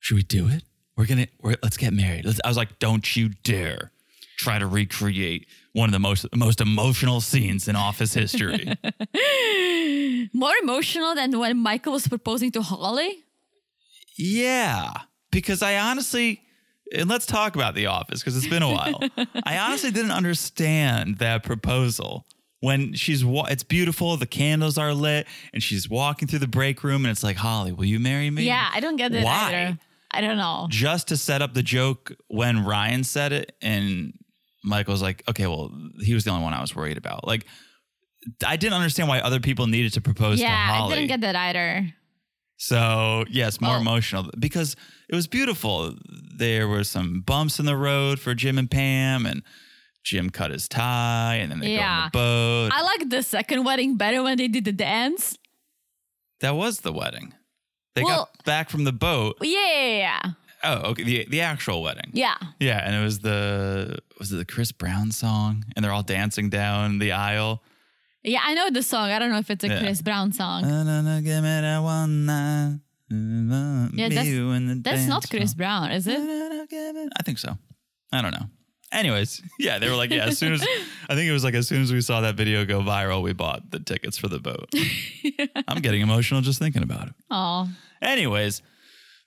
A: "Should we do it? We're gonna we're, let's get married." Let's, I was like, "Don't you dare try to recreate one of the most most emotional scenes in Office history."
B: More emotional than when Michael was proposing to Holly.
A: Yeah, because I honestly, and let's talk about The Office because it's been a while. I honestly didn't understand that proposal when she's wa- it's beautiful, the candles are lit, and she's walking through the break room, and it's like, Holly, will you marry me?
B: Yeah, I don't get it
A: Why?
B: either. I don't know.
A: Just to set up the joke when Ryan said it, and Michael's like, okay, well, he was the only one I was worried about. Like, I didn't understand why other people needed to propose to
B: yeah, I
A: Holly.
B: didn't get that either.
A: So yes, more
B: Well-
A: emotional because it was beautiful. There were some bumps in the road for Jim and Pam, and Jim cut his tie, and then they
B: Yeah.
A: go on the boat.
B: I like the second wedding better when they did the dance.
A: that was the wedding. They
B: Well-
A: got back from the boat,
B: Yeah, yeah, yeah.
A: Oh, okay. The the actual wedding.
B: Yeah.
A: Yeah, and it was the was it the Chris Brown song, and they're all dancing down the aisle.
B: Yeah, I know the song. I don't know if it's a
A: Yeah. Uh,
B: Chris Brown song.
A: No, no, no, give me that one night.
B: Yeah,
A: Yeah,
B: that's-
A: that's,
B: That's not Chris Brown, is it?
A: I think so. I don't know. Anyways, yeah, they were like, yeah, as soon as I think it was like as soon as we saw that video go viral, we bought the tickets for the boat. I'm getting emotional just thinking about it.
B: Oh.
A: Anyways,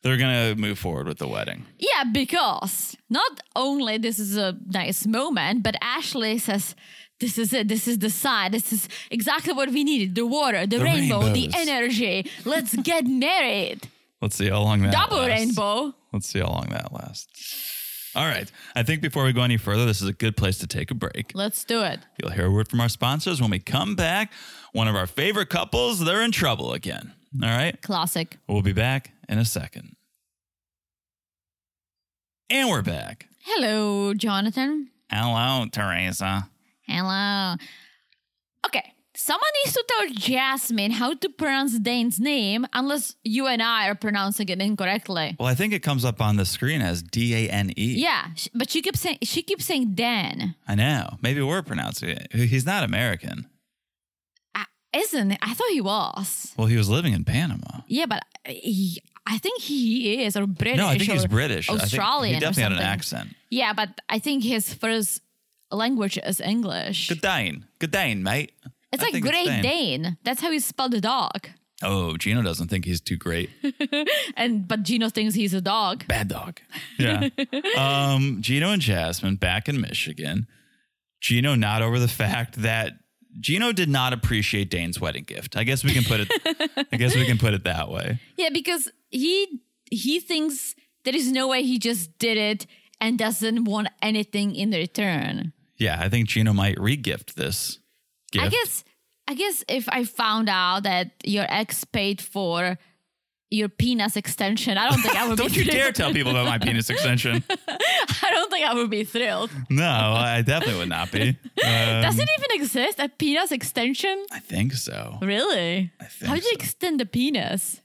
A: they're gonna move forward with the wedding.
B: Yeah, because not only this is a nice moment, but Ashley says, "This is it. This is the sign. This is exactly what we needed: the water, the,
A: The
B: rainbow, the
A: rainbows.
B: energy. Let's get married.
A: Let's see how long that
B: Double
A: lasts.
B: rainbow."
A: Let's see how long that lasts. All right. I think before we go any further, this is a good place to take a break.
B: Let's do it.
A: You'll hear a word from our sponsors when we come back. One of our favorite couples, they're in trouble again. All right.
B: Classic.
A: We'll be back in a second. And we're back.
B: Hello, Jonathan.
A: Hello, Teresa.
B: Hello. Okay. Someone needs to tell Jasmine how to pronounce Dane's name, unless you and I are pronouncing it incorrectly.
A: Well, I think it comes up on the screen as D A N E.
B: Yeah, sh- but she keeps saying she keeps saying Dan,
A: I know. Maybe we're pronouncing it. He's not American.
B: I, isn't it? I thought he was.
A: Well, he was living in Panama.
B: Yeah, but uh, he, I think he is or British.
A: No, I think he's
B: or
A: British. I think
B: Australian.
A: He
B: or
A: definitely had an
B: something.
A: accent.
B: Yeah, but I think his first language is English.
A: Good Dane. Good Dane, mate.
B: it's
A: I
B: like
A: think
B: Great
A: Dane.
B: Dane. That's how you spell the dog.
A: Oh, Gino doesn't think he's too great.
B: And but Gino thinks he's a dog.
A: Bad dog. Yeah. um, Gino and Jasmine back in Michigan. Gino not over the fact that Gino did not appreciate Dane's wedding gift. I guess we can put it I guess we can put it that way.
B: Yeah, because he he thinks there is no way he just did it and doesn't want anything in return.
A: Yeah, I think Gino might regift this gift.
B: I guess I guess if I found out that your ex paid for your penis extension, I don't think I would
A: Don't
B: be
A: you
B: thrilled.
A: dare tell people about my penis extension.
B: I don't think I would be thrilled.
A: No, I definitely would not be. Um,
B: Does it even exist? A penis extension?
A: I think so.
B: Really?
A: I think
B: How do you
A: so.
B: extend the penis?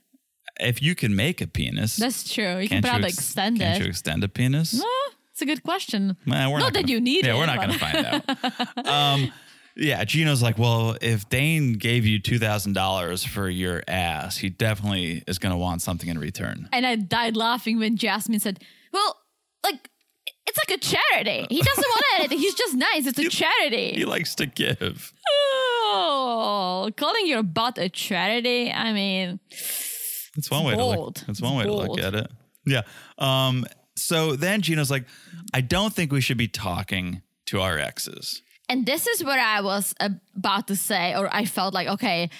A: If you can make a penis,
B: That's true. You can
A: can't you
B: probably
A: ex-
B: extend
A: Can't you
B: it.
A: extend a penis?
B: Huh? It's a good question.
A: Eh, we're
B: Not that
A: gonna-
B: you need
A: yeah,
B: it,
A: we're not
B: but-
A: going to find out. Um, yeah, Gino's like, well, if Dane gave you two thousand dollars for your ass, he definitely is going to want something in return.
B: And I died laughing when Jasmine said, Well, like, it's like a charity. He doesn't want anything. He's just nice. It's a
A: He
B: charity.
A: likes to give.
B: Oh, calling your butt a charity? I mean,
A: That's one way to look.
B: bold.
A: That's one way
B: Bold.
A: to look at it. Yeah. Um. So then Gino's like, I don't think we should be talking to our exes.
B: And this is what I was about to say, or I felt like, okay,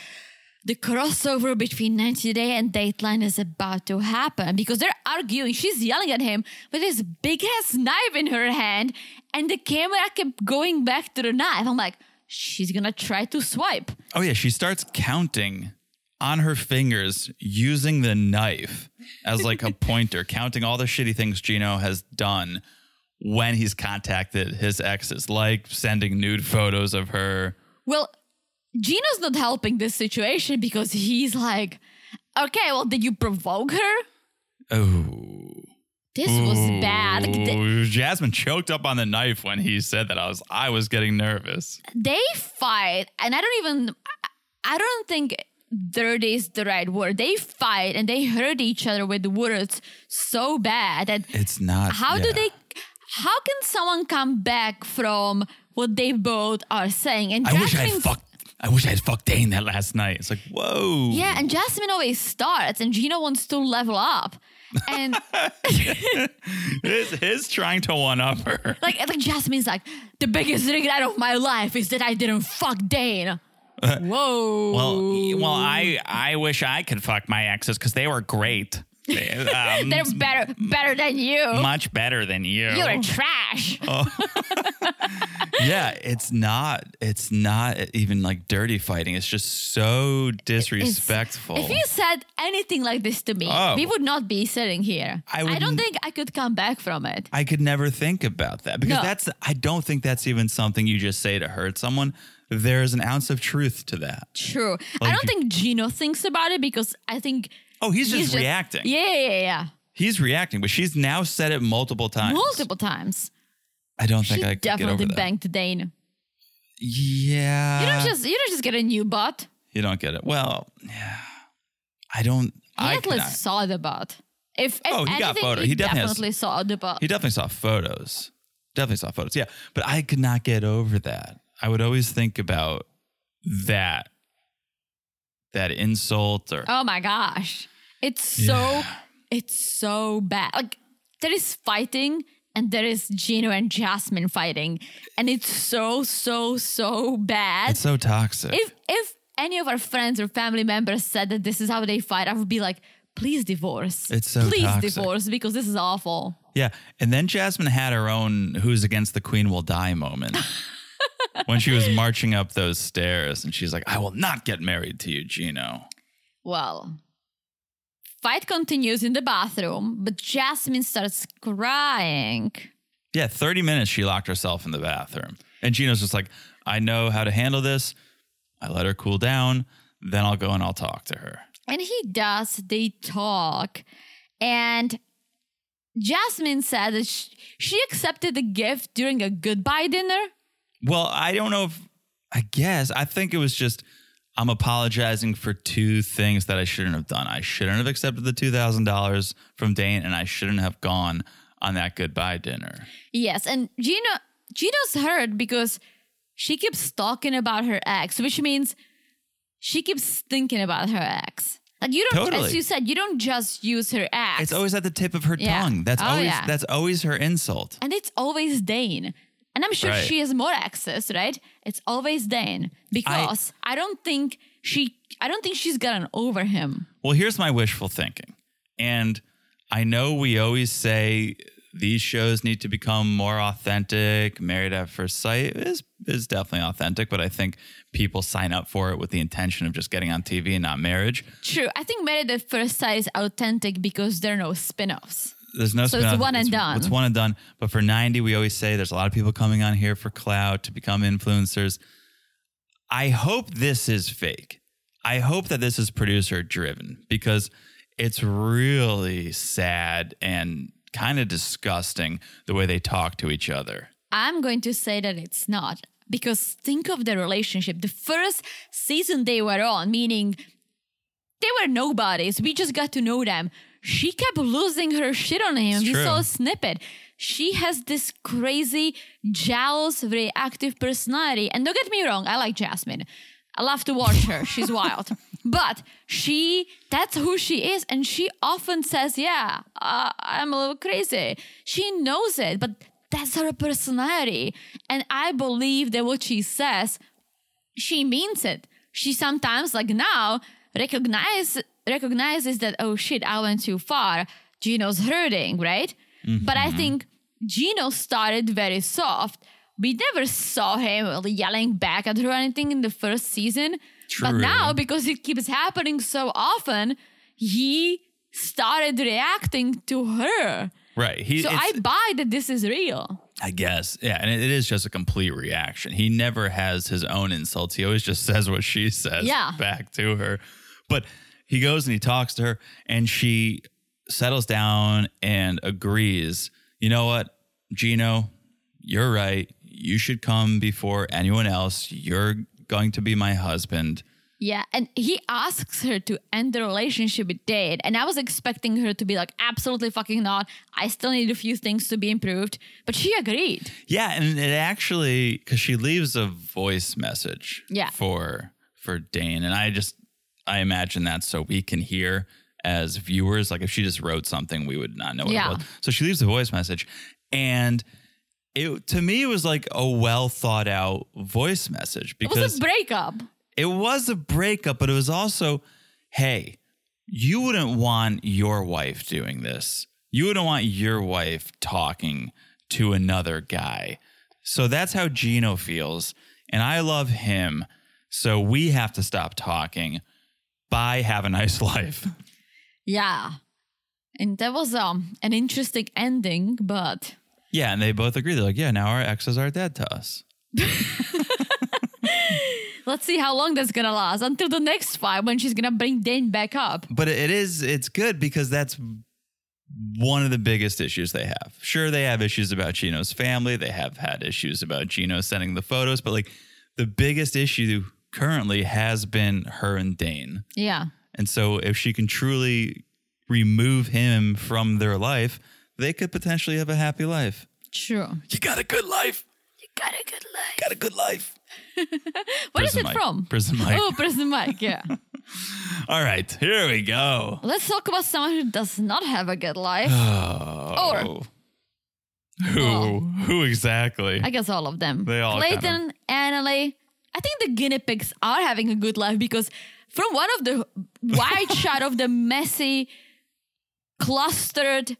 B: the crossover between 90 Day and Dateline is about to happen because they're arguing. She's yelling at him with this big ass knife in her hand, and the camera kept going back to the knife. I'm like, she's gonna try to swipe.
A: Oh yeah, she starts counting on her fingers using the knife as like a pointer, counting all the shitty things Gino has done when he's contacted his exes, like sending nude photos of her.
B: Well, Gino's not helping this situation because he's like, okay, well, did you provoke her?
A: Oh.
B: This was bad.
A: Mm.
B: Like, th-
A: Ooh, Jasmine choked up on the knife when he said that. I was I was getting nervous.
B: they fight and i don't even I- i don't think dirty is the right word they fight and they hurt each other with words so bad that
A: It's not
B: how do they how can someone come back from what they both are saying and
A: I wish I
B: Jasmine's-
A: fucked I wish I had fucked Dane that last night. It's like, whoa.
B: yeah and jasmine always starts and gina wants to level up and
A: His, his trying to one up her.
B: like, like jasmine's like the biggest regret of my life is that i didn't fuck dane whoa
A: Well, e- well, I I wish I could fuck my exes because they were great, They- um,
B: they're better better than you
A: much better than you.
B: you're trash
A: yeah, it's not. It's not even like dirty fighting. It's just so
B: It's-
A: disrespectful.
B: If you said anything like this to me,
A: Oh.
B: we would not be sitting here.
A: I
B: I,
A: would
B: don't
A: n-
B: think I could come back from it.
A: I could never think about that because
B: No.
A: that's. I don't think that's even something you just say to hurt someone. There's an ounce of truth to that.
B: True. I
A: Like
B: don't
A: you-
B: think Gino thinks about it because I think
A: Oh, he's,
B: he's
A: just, reacting.
B: Yeah, yeah, yeah, yeah.
A: He's reacting, but she's now said it multiple times.
B: multiple times.
A: I don't
B: She
A: think I could get over
B: definitely
A: that. Uh,
B: banked Dane.
A: Yeah.
B: You don't just you don't just get a new bot.
A: You don't get it. Well, yeah. I don't.
B: He
A: I
B: at least
A: cannot-
B: saw the bot. If, if
A: Oh, he got
B: anything,
A: photo.
B: he,
A: He definitely
B: definitely,
A: has-
B: saw the bot.
A: He definitely saw photos. Definitely saw photos. Yeah. But I could not get over that. I would always think about that, that insult or.
B: oh my gosh, it's so it's so bad. Like there is fighting and there is Gino and Jasmine fighting, and it's so so so bad.
A: It's so toxic.
B: if if any of our friends or family members said that this is how they fight, I would be like, please divorce.
A: It's so
B: please
A: toxic.
B: divorce because this is awful.
A: yeah. And then Jasmine had her own who's against the queen will die moment. when she was marching up those stairs and she's like, I will not get married to you, Gino.
B: Well, fight continues in the bathroom, but Jasmine starts crying.
A: Yeah, 30 minutes she locked herself in the bathroom. And Gino's just like, I know how to handle this. I let her cool down. Then I'll go and I'll talk to her.
B: And he does, they talk. And Jasmine said that sh- she accepted the gift during a goodbye dinner.
A: Well, I don't know if, I guess, I think it was just, I'm apologizing for two things that I shouldn't have done. I shouldn't have accepted the $2,000 from Dane and I shouldn't have gone on that goodbye dinner.
B: Yes, and Gino Gino's hurt because she keeps talking about her ex, which means she keeps thinking about her ex. Like you don't,
A: Totally.
B: as you said, you don't just use her ex.
A: It's always at the tip of her
B: Yeah.
A: tongue. That's
B: Oh,
A: always
B: yeah.
A: that's always her insult.
B: and it's always Dane. And I'm sure
A: Right.
B: she has more access, right? It's always Dane because I, don't think she I don't think she's gotten over him.
A: Well, here's my wishful thinking. And I know we always say these shows need to become more authentic. Married at First Sight is is definitely authentic, but I think people sign up for it with the intention of just getting on TV and not marriage.
B: True. I think Married at First Sight is authentic because there are no spin-offs.
A: There's no
B: So it's
A: spin-off.
B: one and done.
A: It's one and done. But for 90, we always say there's a lot of people coming on here for clout to become influencers. I hope this is fake. I hope that this is producer driven because it's really sad and kind of disgusting the way they talk to each other.
B: I'm going to say that it's not because think of the relationship. The first season they were on, meaning they were nobodies. We just got to know them. She kept losing her shit on him.
A: It's
B: we
A: true.
B: saw a snippet. She has this crazy, jealous, reactive personality. And don't get me wrong, I like Jasmine. I love to watch her. She's wild. But she, that's who she is. And she often says, Yeah, uh, I'm a little crazy. She knows it, but that's her personality. And I believe that what she says she means it. She sometimes, like now, recognize recognizes that oh shit, I went too far. Gino's hurting, right? But
A: Mm-hmm.
B: I think Gino started very soft. We never saw him yelling back at her or anything in the first season. But
A: True.
B: now, because it keeps happening so often, he started reacting to her.
A: Right. He,
B: So
A: it's-
B: I buy that this is real.
A: I guess. Yeah. And it- it is just a complete reaction. He never has his own insults. He always just says what she says
B: Yeah.
A: back to her. But he goes and he talks to her, and she settles down and agrees, you know what, Gino, you're right. You should come before anyone else. You're going to be my husband.
B: Yeah, and he asks her to end the relationship with Dade, and I was expecting her to be like, absolutely fucking not. I still need a few things to be improved, but she agreed.
A: Yeah, and it actually because she leaves a voice message.
B: Yeah.
A: For for Dane, and I just I imagine that so we can hear as viewers. Like if she just wrote something, we would not know what
B: Yeah.
A: it was. So she leaves a voice message, and it to me it was like a well thought out voice message
B: It
A: because
B: was a breakup.
A: it was a breakup, but it was also, hey, you wouldn't want your wife doing this. You wouldn't want your wife talking to another guy. So that's how Gino feels. And I love him. So we have to stop talking. Bye. Have a nice life.
B: Yeah. And that was um, an interesting ending, but
A: Yeah. And they both agree. They're like, yeah, now our exes are dead to us.
B: let's see how long that's gonna last until the next fight when she's gonna bring Dane back up.
A: But it is, it's good because that's one of the biggest issues they have. Sure, they have issues about Gino's family. They have had issues about Gino sending the photos, but like the biggest issue currently has been her and Dane.
B: Yeah.
A: And so if she can truly remove him from their life, they could potentially have a happy life.
B: True.
A: You got a good life.
B: You got a good life.
A: Got a good life.
B: What is
A: Prison
B: it
A: Mike.
B: from?
A: Prison Mike.
B: Oh, Prison Mike. Yeah.
A: All right, here we go.
B: Let's talk about someone who does not have a good life.
A: Oh. Who?
B: Oh.
A: Who exactly?
B: I guess all of them.
A: They all kind of-
B: Clayton, Annalee. I think the guinea pigs are having a good life because from one of the wide shot of the messy, clustered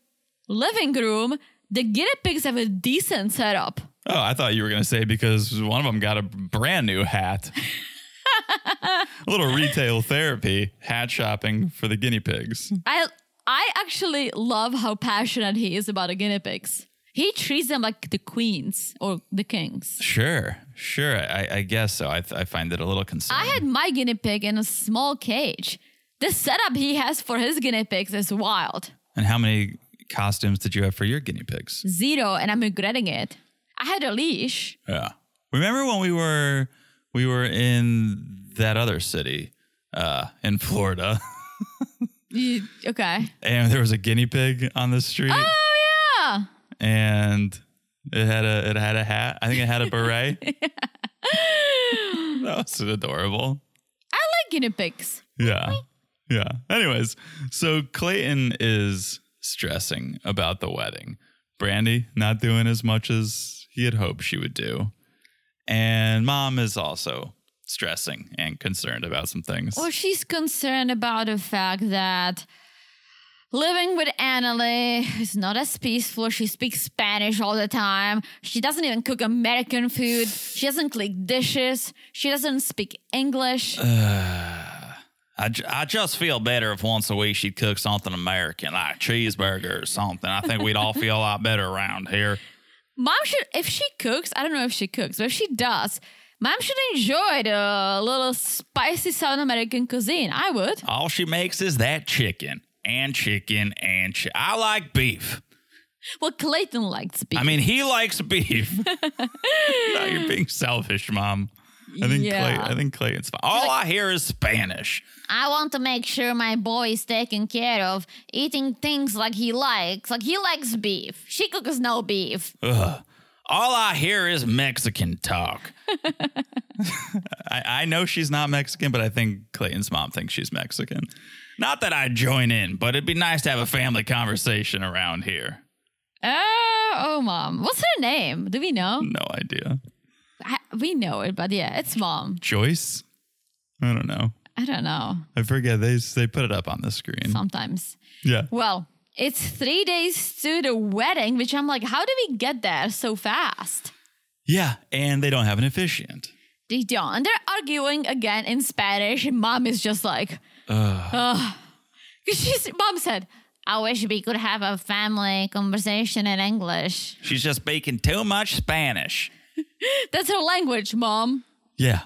B: living room, the guinea pigs have a decent setup.
A: oh, I thought you were going to say because one of them got a brand new hat. a little retail therapy, hat shopping for the guinea pigs.
B: I I actually love how passionate he is about the guinea pigs. He treats them like the queens or the kings.
A: Sure, sure. I, I guess so. I, I find it a little concerning.
B: I had my guinea pig in a small cage. The setup he has for his guinea pigs is wild.
A: and how many costumes did you have for your guinea pigs?
B: zero and I'm regretting it. I had a leash.
A: Yeah. Remember when we were we were in that other city uh, in Florida,
B: You- okay.
A: and there was a guinea pig on the street,
B: Yeah.
A: and it had a it had a hat. I think it had a beret. That was adorable.
B: I like guinea pigs.
A: Yeah. Yeah. Anyways, so Clayton is stressing about the wedding. Brandy not doing as much as he had hoped she would do. And mom is also stressing and concerned about some things.
B: Well, she's concerned about the fact that living with Annalie is not as peaceful. She speaks Spanish all the time. She doesn't even cook American food. She doesn't clean dishes. She doesn't speak English.
A: I, ju- I just feel better if once a week she'd cook something American, like a cheeseburger or something. I think we'd all feel a lot better around here.
B: Mom should, if she cooks, I don't know if she cooks, but if she does, mom should enjoy the little spicy South American cuisine. I would.
A: All she makes is that chicken and chicken and chi- I like beef.
B: Well, Clayton likes beef.
A: I mean, he likes beef. no, you're being selfish, mom. I think
B: Yeah.
A: Clay, I think Clayton's fine. All I hear is Spanish.
B: I want to make sure my boy is taken care of, eating things like he likes. Like he likes beef. She cooks no beef.
A: Ugh. All I hear is Mexican talk. I, I know she's not Mexican, but I think Clayton's mom thinks she's Mexican. Not that I join in, but it'd be nice to have a family conversation around here.
B: Oh, oh, mom. What's her name? Do we know?
A: No idea.
B: I, we know it, but yeah, it's mom.
A: Joyce? I don't know.
B: I don't know.
A: I forget. They they put it up on the screen.
B: Sometimes.
A: Yeah.
B: Well, it's three days to the wedding, which I'm like, how do we get there so fast?
A: Yeah, and they don't have an officiant.
B: They don't. And they're arguing again in Spanish, and mom is just like, ugh. 'Cause she's, mom said, I wish we could have a family conversation in English.
A: She's just speaking too much Spanish.
B: That's her language, mom.
A: Yeah.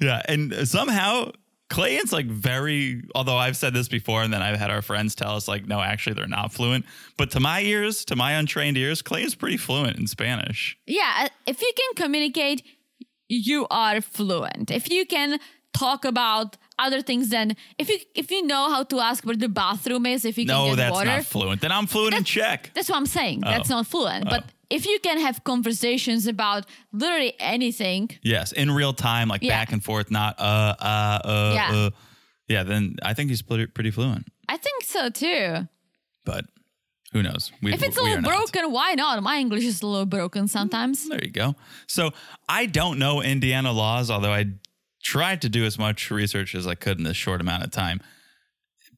A: Yeah. And somehow Clayton's like very, although I've said this before, and then I've had our friends tell us, like, no, actually, they're not fluent. But to my ears, to my untrained ears, Clayton's pretty fluent in Spanish.
B: Yeah, uh, if you can communicate, you are fluent. If you can talk about other things, then if you if you know how to ask where the bathroom is, if you can
A: No,
B: get
A: that's
B: water,
A: not Oh. fluent. Then I'm fluent in Czech.
B: That's what I'm saying. That's not fluent. But if you can have conversations about literally anything,
A: Yes. In real time, like
B: Yeah.
A: back and forth, not uh, uh, uh,
B: Yeah.
A: uh. Yeah. Then I think he's pretty, pretty fluent.
B: I think so too.
A: But who knows? We,
B: If it's a
A: we
B: little
A: are not. Mm,
B: broken, why not? My English is a little broken sometimes.
A: There you go. So I don't know Indiana laws, although I tried to do as much research as I could in this short amount of time.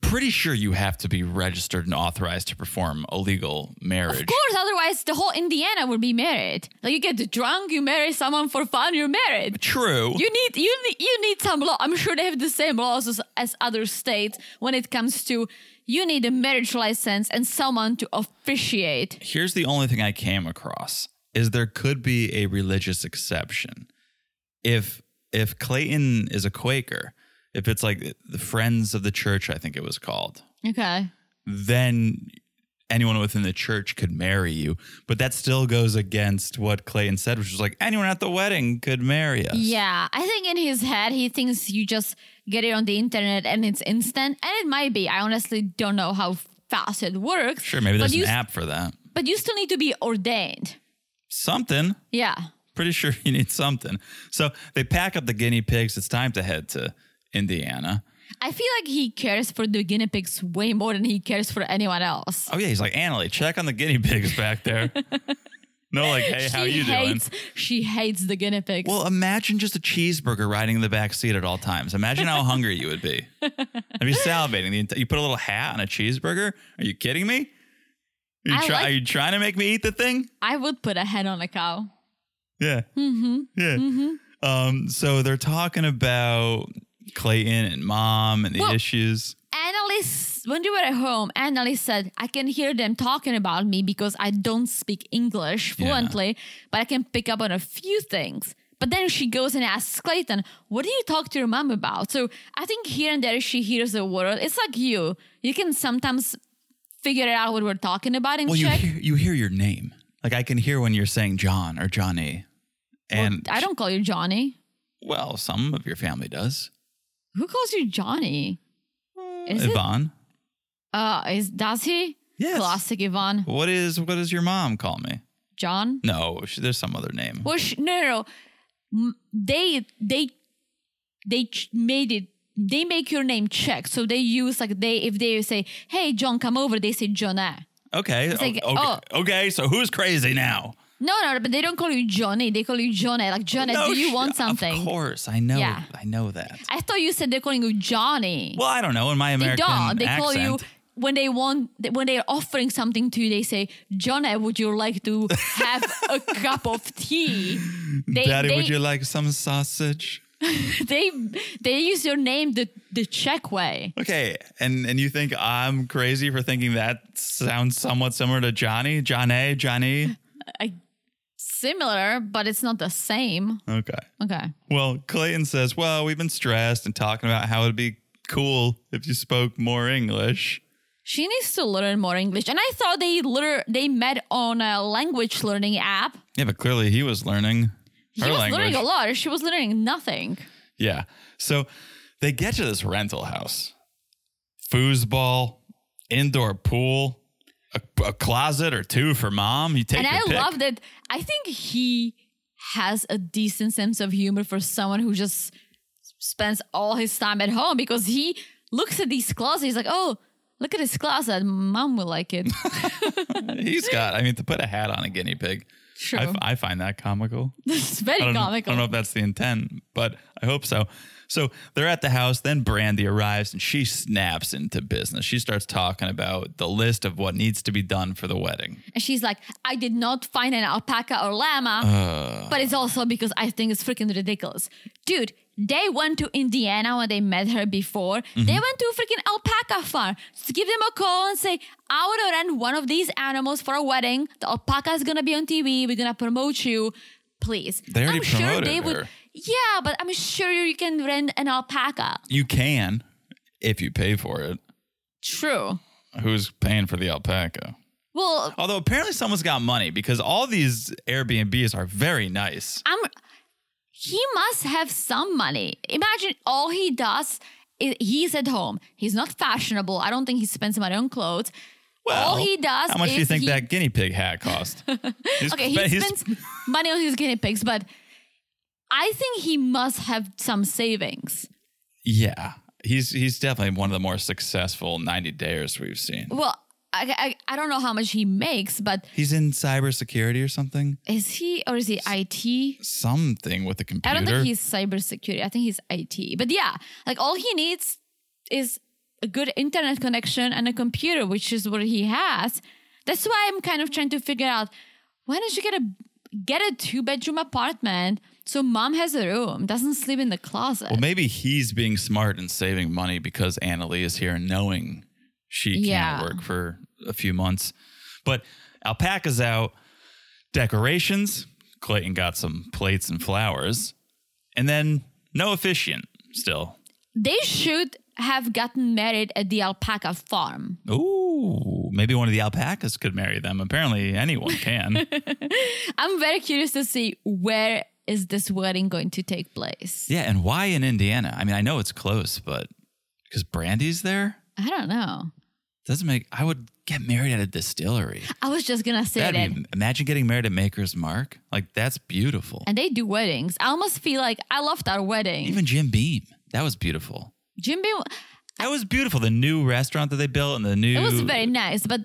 A: Pretty sure you have to be registered and authorized to perform a legal marriage.
B: Of course, otherwise the whole Indiana would be married. Like you get drunk, you marry someone for fun, you're married.
A: True.
B: You need you need you need some law. I'm sure they have the same laws as, as other states when it comes to you need a marriage license and someone to officiate.
A: Here's the only thing I came across is there could be a religious exception. If if Clayton is a Quaker, if it's like the Friends of the Church, I think it was called,
B: Okay.
A: then anyone within the church could marry you. But that still goes against what Clayton said, which was like anyone at the wedding could marry us.
B: Yeah, I think in his head he thinks you just get it on the internet and it's instant, and it might be. I honestly don't know how fast it works.
A: Sure, maybe
B: but
A: there's
B: you,
A: an app for that.
B: But you still need to be ordained.
A: Something.
B: Yeah,
A: Pretty sure you need something. So they pack up the guinea pigs. It's time to head to Indiana.
B: I feel like he cares for the guinea pigs way more than he cares for anyone else.
A: Oh yeah, he's like, Annalie, check on the guinea pigs back there. no, like, hey, how
B: she
A: you doing?
B: hates, She hates the guinea pigs.
A: Well, imagine just a cheeseburger riding in the back seat at all times. Imagine how hungry you would be. I'd be salivating. The enti- You put a little hat on a cheeseburger. Are you kidding me? Are you,
B: I
A: try-
B: like-
A: are you trying to make me eat the thing?
B: I would put a head on a cow.
A: Yeah. Mm-hmm. Yeah.
B: Mm-hmm.
A: Um, so they're talking about Clayton and mom and the
B: Well-
A: issues.
B: Annalise, when they were at home, Annalise said, I can hear them talking about me because I don't speak English
A: Yeah.
B: fluently, but I can pick up on a few things. But then she goes and asks Clayton, What do you talk to your mom about? So I think here and there she hears a word. It's like you. You can sometimes figure out what we're talking about and
A: Well, you
B: check.
A: hear, you hear your name. Like I can hear when you're saying John or Johnny. And
B: I don't call you Johnny.
A: well, some of your family does.
B: Who calls you Johnny?
A: Hmm.
B: Is it?
A: Yvonne.
B: Uh, is does he?
A: Yes.
B: Classic Yvonne.
A: What is what does your mom call me?
B: John.
A: No, she, there's some other name.
B: Well, sh- no, no, no. M- They, they, they ch- made it. They make your name check. So they use like they if they say, "Hey, John, come over," they say Jonah.
A: Okay.
B: like, oh.
A: o- okay. okay. So who's crazy now?
B: No, no, but they don't call you Johnny. They call you Jonah. Like Jonah,
A: No,
B: do you
A: sh-
B: want
A: Of
B: something?
A: course, I know.
B: Yeah.
A: I know that.
B: I thought you said they're calling you Johnny.
A: Well, I don't know. In my
B: they
A: American
B: don't. They
A: accent,
B: call you when they want when they're offering something to you. They say, Jonah, would you like to have a cup of tea? They,
A: Daddy,
B: they,
A: would you like some sausage?
B: they they use your name the the Czech way.
A: Okay, and and you think I'm crazy for thinking that sounds somewhat similar to Johnny, Johnny, Johnny?
B: I, similar, but it's not the same.
A: Okay.
B: Okay.
A: Well, Clayton says, "Well, we've been stressed and talking about how it'd be cool if you spoke more English."
B: She needs to learn more English. And I thought they lear- they met on a language learning app.
A: Yeah, but clearly he was learning
B: He
A: her
B: was
A: language.
B: learning a lot. She was learning nothing.
A: Yeah. So they get to this rental house, foosball, indoor pool, a, a closet or two for mom. You take
B: and
A: your
B: I
A: pick.
B: love that. I think he has a decent sense of humor for someone who just spends all his time at home because he looks at these closets. He's like, oh, look at this closet. Mom will like it.
A: He's got. I mean, to put a hat on a guinea pig.
B: True.
A: I f- I find that comical.
B: it's very
A: I don't,
B: comical.
A: I don't know if that's the intent, but I hope so. So they're at the house. Then Brandy arrives and she snaps into business. She starts talking about the list of what needs to be done for the wedding.
B: And she's like, I did not find an alpaca or llama,
A: Uh.
B: but it's also because I think it's freaking ridiculous. Dude, they went to Indiana when they met her before. They
A: Mm-hmm.
B: went to a freaking alpaca farm. Just give them a call and say, I want to rent one of these animals for a wedding. The alpaca is going to be on TV. We're going to promote you. Please.
A: They already
B: I'm sure
A: promoted
B: they would.
A: her.
B: Yeah, but I'm sure you can rent an alpaca.
A: You can, if you pay for it.
B: True.
A: Who's paying for the alpaca?
B: Well,
A: Although apparently someone's got money because all these Airbnbs are very nice.
B: I'm. He must have some money. Imagine all he does. Is, he's at home. He's not fashionable. I don't think he spends money on clothes. all he does.
A: How much
B: is
A: do you think
B: he,
A: that guinea pig hat cost? He's
B: Okay,
A: spe-
B: he
A: he's-
B: spends money on his guinea pigs, but I think he must have some savings.
A: yeah, he's he's definitely one of the more successful ninety dayers we've seen.
B: Well, I, I I don't know how much he makes, but
A: He's in cybersecurity or something.
B: is he or is he IT?
A: Something with a computer.
B: I don't think he's cybersecurity. I think he's IT. But yeah, like all he needs is a good internet connection and a computer, which is what he has. That's why I'm kind of trying to figure out why don't you get a get a two bedroom apartment so mom has a room, doesn't sleep in the closet.
A: well, maybe he's being smart and saving money because Annalie is here, knowing she can't
B: Yeah.
A: work for a few months. But alpaca's out. Decorations. Clayton got some plates and flowers, and then no officiant. Still.
B: they should have gotten married at the alpaca farm.
A: Ooh. maybe one of the alpacas could marry them. Apparently, anyone can.
B: I'm very curious to see where is this wedding going to take place.
A: yeah, and why in Indiana? I mean, I know it's close, but because Brandy's there
B: I don't know.
A: doesn't make. I would get married at a distillery.
B: I was just gonna say that.
A: That'd be, imagine getting married at Maker's Mark. Like that's beautiful.
B: and they do weddings. I almost feel like I loved our wedding.
A: Even Jim Beam, that was beautiful.
B: Jim Beam,
A: That was beautiful. The new restaurant that they built and the new
B: it was very nice, but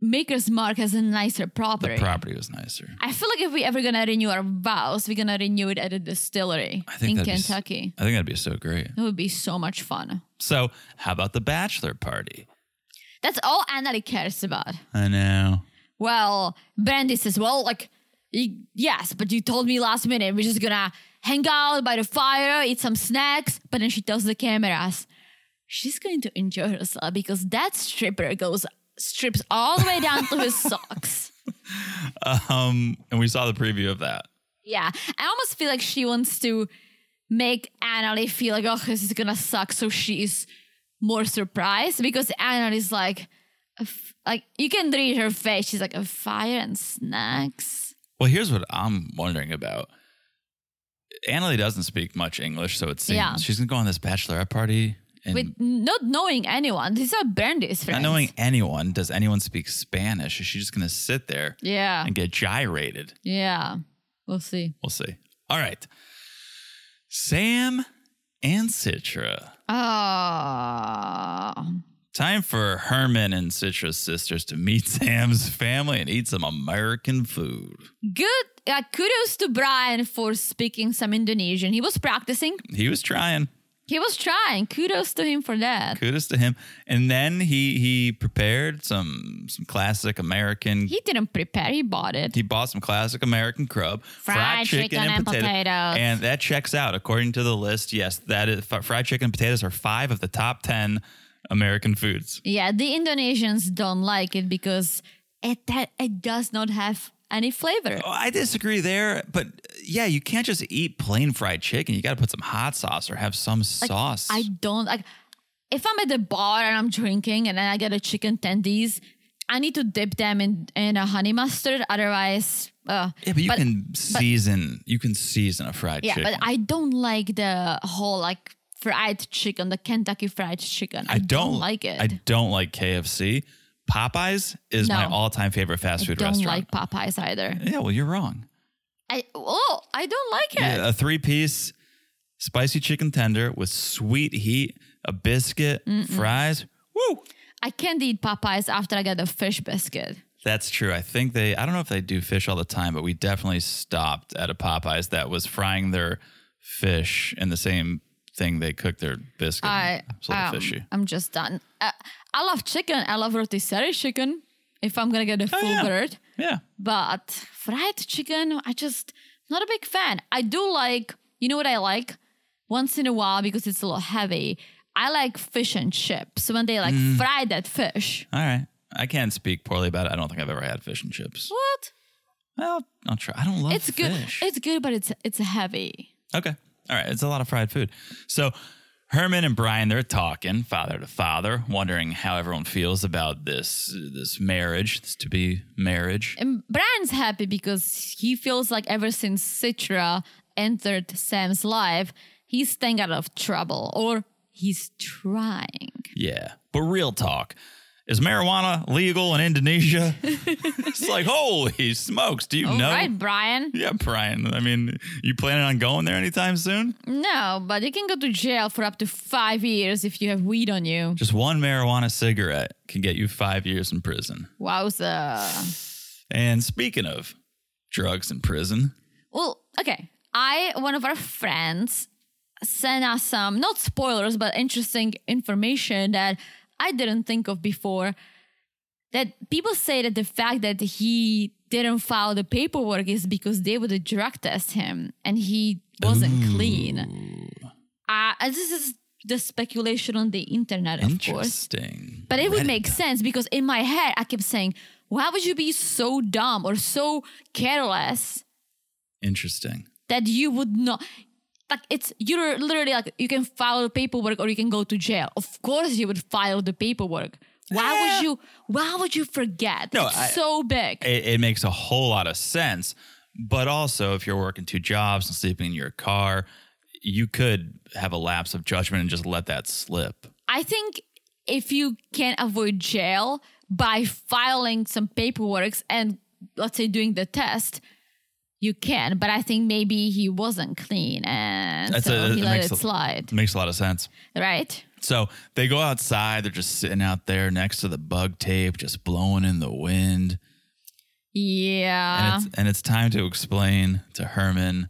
B: Maker's Mark has a nicer
A: the
B: property.
A: property was nicer.
B: I feel like if we ever gonna renew our vows, we're gonna renew it at a distillery
A: I think
B: in
A: that'd be s-
B: Kentucky.
A: I think that'd be so great.
B: It would be so much fun.
A: So, how about the bachelor party?
B: That's all Annalie cares about.
A: I know.
B: Well, Brandy says, well, like, y- yes, but you told me last minute we're just gonna hang out by the fire, eat some snacks. But then she tells the cameras, she's going to enjoy herself because that stripper goes strips all the way down to his socks.
A: Um, and we saw the preview of that.
B: Yeah, I almost feel like she wants to make Annalie feel like, oh, this is gonna suck. So she's more surprised because Annalie's like, a f- like you can read her face. She's like, a fire and snacks.
A: Well, here's what I'm wondering about. Annalie doesn't speak much English, so it seems
B: Yeah.
A: she's gonna go on this bachelorette party and
B: with not knowing anyone. These are Brandy's friends.
A: not knowing anyone. Does anyone speak Spanish? Is she just gonna sit there
B: Yeah.
A: and get gyrated?
B: Yeah. We'll see.
A: We'll see. All right. Sam and Citra.
B: Oh.
A: Time for Herman and Citra's sisters to meet Sam's family and eat some American food.
B: Good. Uh, kudos to Brian for speaking some Indonesian. He was practicing.
A: He was trying.
B: He was trying. Kudos to him for that.
A: Kudos to him. And then he he prepared some some classic American. He,
B: He didn't prepare. He bought it.
A: bought some classic American crab,
B: Fried chicken and potatoes.
A: and that checks out according to the list. Yes, that is fr- fried chicken and potatoes are five of the top ten American foods.
B: Yeah, the Indonesians don't like it because it that it does not have any flavor.
A: Oh, I disagree there, but yeah, you can't just eat plain fried chicken. You got to put some hot sauce or have some sauce.
B: I don't like if I'm at the bar and I'm drinking and then I get a chicken tendies, I need to dip them in in a honey mustard. Otherwise, uh,
A: yeah, but you can season. you can season a fried
B: yeah,
A: chicken.
B: but I don't like the whole like fried chicken, the Kentucky fried chicken. I,
A: I don't,
B: like it.
A: I don't like KFC. Popeyes is my
B: No.
A: all-time favorite fast food
B: don't
A: restaurant.
B: like Popeyes either.
A: yeah, well, you're wrong.
B: I oh, I don't like it.
A: Yeah, a three-piece spicy chicken tender with sweet heat, a biscuit, fries. Woo!
B: I can't eat Popeyes after I get a fish biscuit.
A: That's true. I think they. I don't know if they do fish all the time, but we definitely stopped at a Popeyes that was frying their fish in the same thing they cooked their biscuit.
B: I
A: it's a little
B: um,
A: fishy.
B: I'm just done. Uh, I love chicken. I love rotisserie chicken. If I'm gonna get a full
A: Oh, yeah.
B: bird.
A: Yeah.
B: but fried chicken, I just not a big fan. I do like, you know what I like? Once in a while because it's a little heavy. I like fish and chips when they like fry that fish.
A: All right. I can't speak poorly about it. I don't think I've ever had fish and chips.
B: What?
A: Well, I'll try. I don't love
B: It's good.
A: fish.
B: It's good, but it's it's heavy.
A: Okay. All right. It's a lot of fried food. So Herman and Brian, they're talking father to father, wondering how everyone feels about this this marriage, this to be marriage.
B: And Brian's happy because he feels like ever since Citra entered Sam's life, he's staying out of trouble or he's trying.
A: Yeah. But real talk. Is marijuana legal in Indonesia? it's like, holy smokes. Do you
B: All Oh, right,
A: know?
B: Brian.
A: Yeah, Brian. I mean, you planning on going there anytime soon?
B: No, but you can go to jail for up to five years if you have weed on you.
A: Just one marijuana cigarette can get you five years in prison.
B: Wowza.
A: And speaking of drugs in prison,
B: Well, okay. I, one of our friends, sent us some, not spoilers, but interesting information that I didn't think of before. That people say that the fact that he didn't file the paperwork is because they would drug test him and he wasn't clean. Uh, and this is the speculation on the internet, of course.
A: interesting.
B: But it would
A: Reddit.
B: make sense because in my head, I kept saying, why would you be so dumb or so careless
A: Interesting.
B: that you would not? Like, it's you're literally like, you can file the paperwork or you can go to jail. Of course, you would file the paperwork. Why
A: Yeah.
B: would you? Why would you forget?
A: Ah. No,
B: it's
A: I-
B: so big.
A: it, it makes a whole lot of sense. But also, if you're working two jobs and sleeping in your car, you could have a lapse of judgment and just let that slip.
B: I think if you can avoid jail by filing some paperwork and let's say doing the test, you can. But I think maybe he wasn't clean and
A: That's
B: so
A: a-
B: he
A: that
B: let
A: makes
B: it
A: a-
B: slide,
A: makes a lot of sense.
B: right?
A: So they go outside. They're just sitting out there next to the bug tape, just blowing in the wind.
B: Yeah.
A: and, it's, and it's time to explain to Herman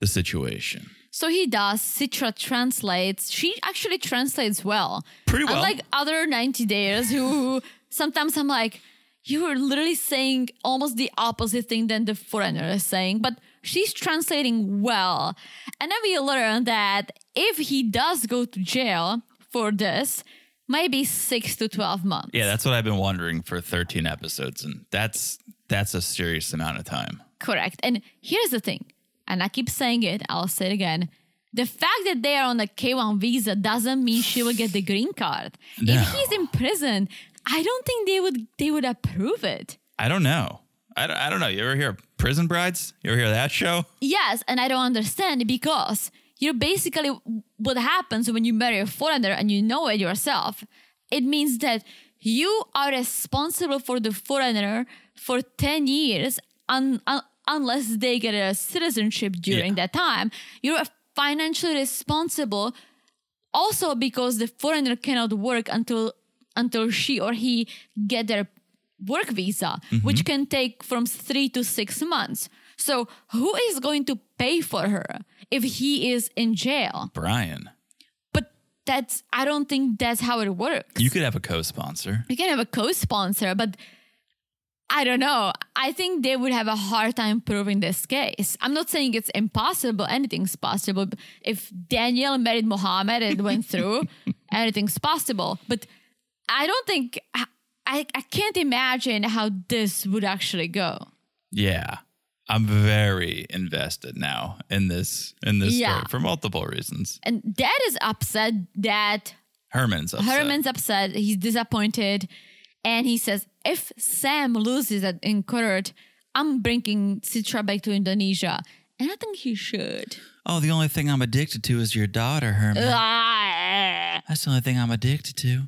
A: the situation.
B: So he does. Citra translates. She actually translates well.
A: Pretty well.
B: Unlike other 90 Dayers who sometimes I'm like, you are literally saying almost the opposite thing than the foreigner is saying, but she's translating well. And then we learn that if he does go to jail for this, maybe six to 12 months.
A: Yeah, that's what I've been wondering for 13 episodes, and that's that's a serious amount of time.
B: Correct. And here's the thing, and I keep saying it, I'll say it again. The fact that they are on a K1 visa doesn't mean she will get the green card.
A: No.
B: If he's in prison, I don't think they would they would approve it.
A: I don't know. I don't, I don't know. You ever hear of Prison Brides? You ever hear that show?
B: Yes, and I don't understand because you're basically what happens when you marry a foreigner and you know it yourself. It means that you are responsible for the foreigner for 10 years un- un- unless they get a citizenship during
A: Yeah.
B: that time. You're financially responsible also because the foreigner cannot work until until she or he get their work visa which can take from 3 to 6 months so who is going to pay for her if he is in jail
A: Brian.
B: but that's i don't think that's how it works
A: You could have a co-sponsor.
B: you can have a co-sponsor but i don't know i think they would have a hard time proving this case i'm not saying it's impossible anything's possible if daniel married mohammed and went through anything's possible but i don't think I, I can't imagine how this would actually go
A: Yeah. I'm very invested now in this in this
B: Yeah.
A: story for multiple reasons.
B: and dad is upset that
A: Herman's upset.
B: Herman's upset. He's disappointed. And he says, if Sam loses at, in court, I'm bringing Citra back to Indonesia. And I think he should.
A: Oh, the only thing I'm addicted to is your daughter, Herman.
B: Ah.
A: That's the only thing I'm addicted to.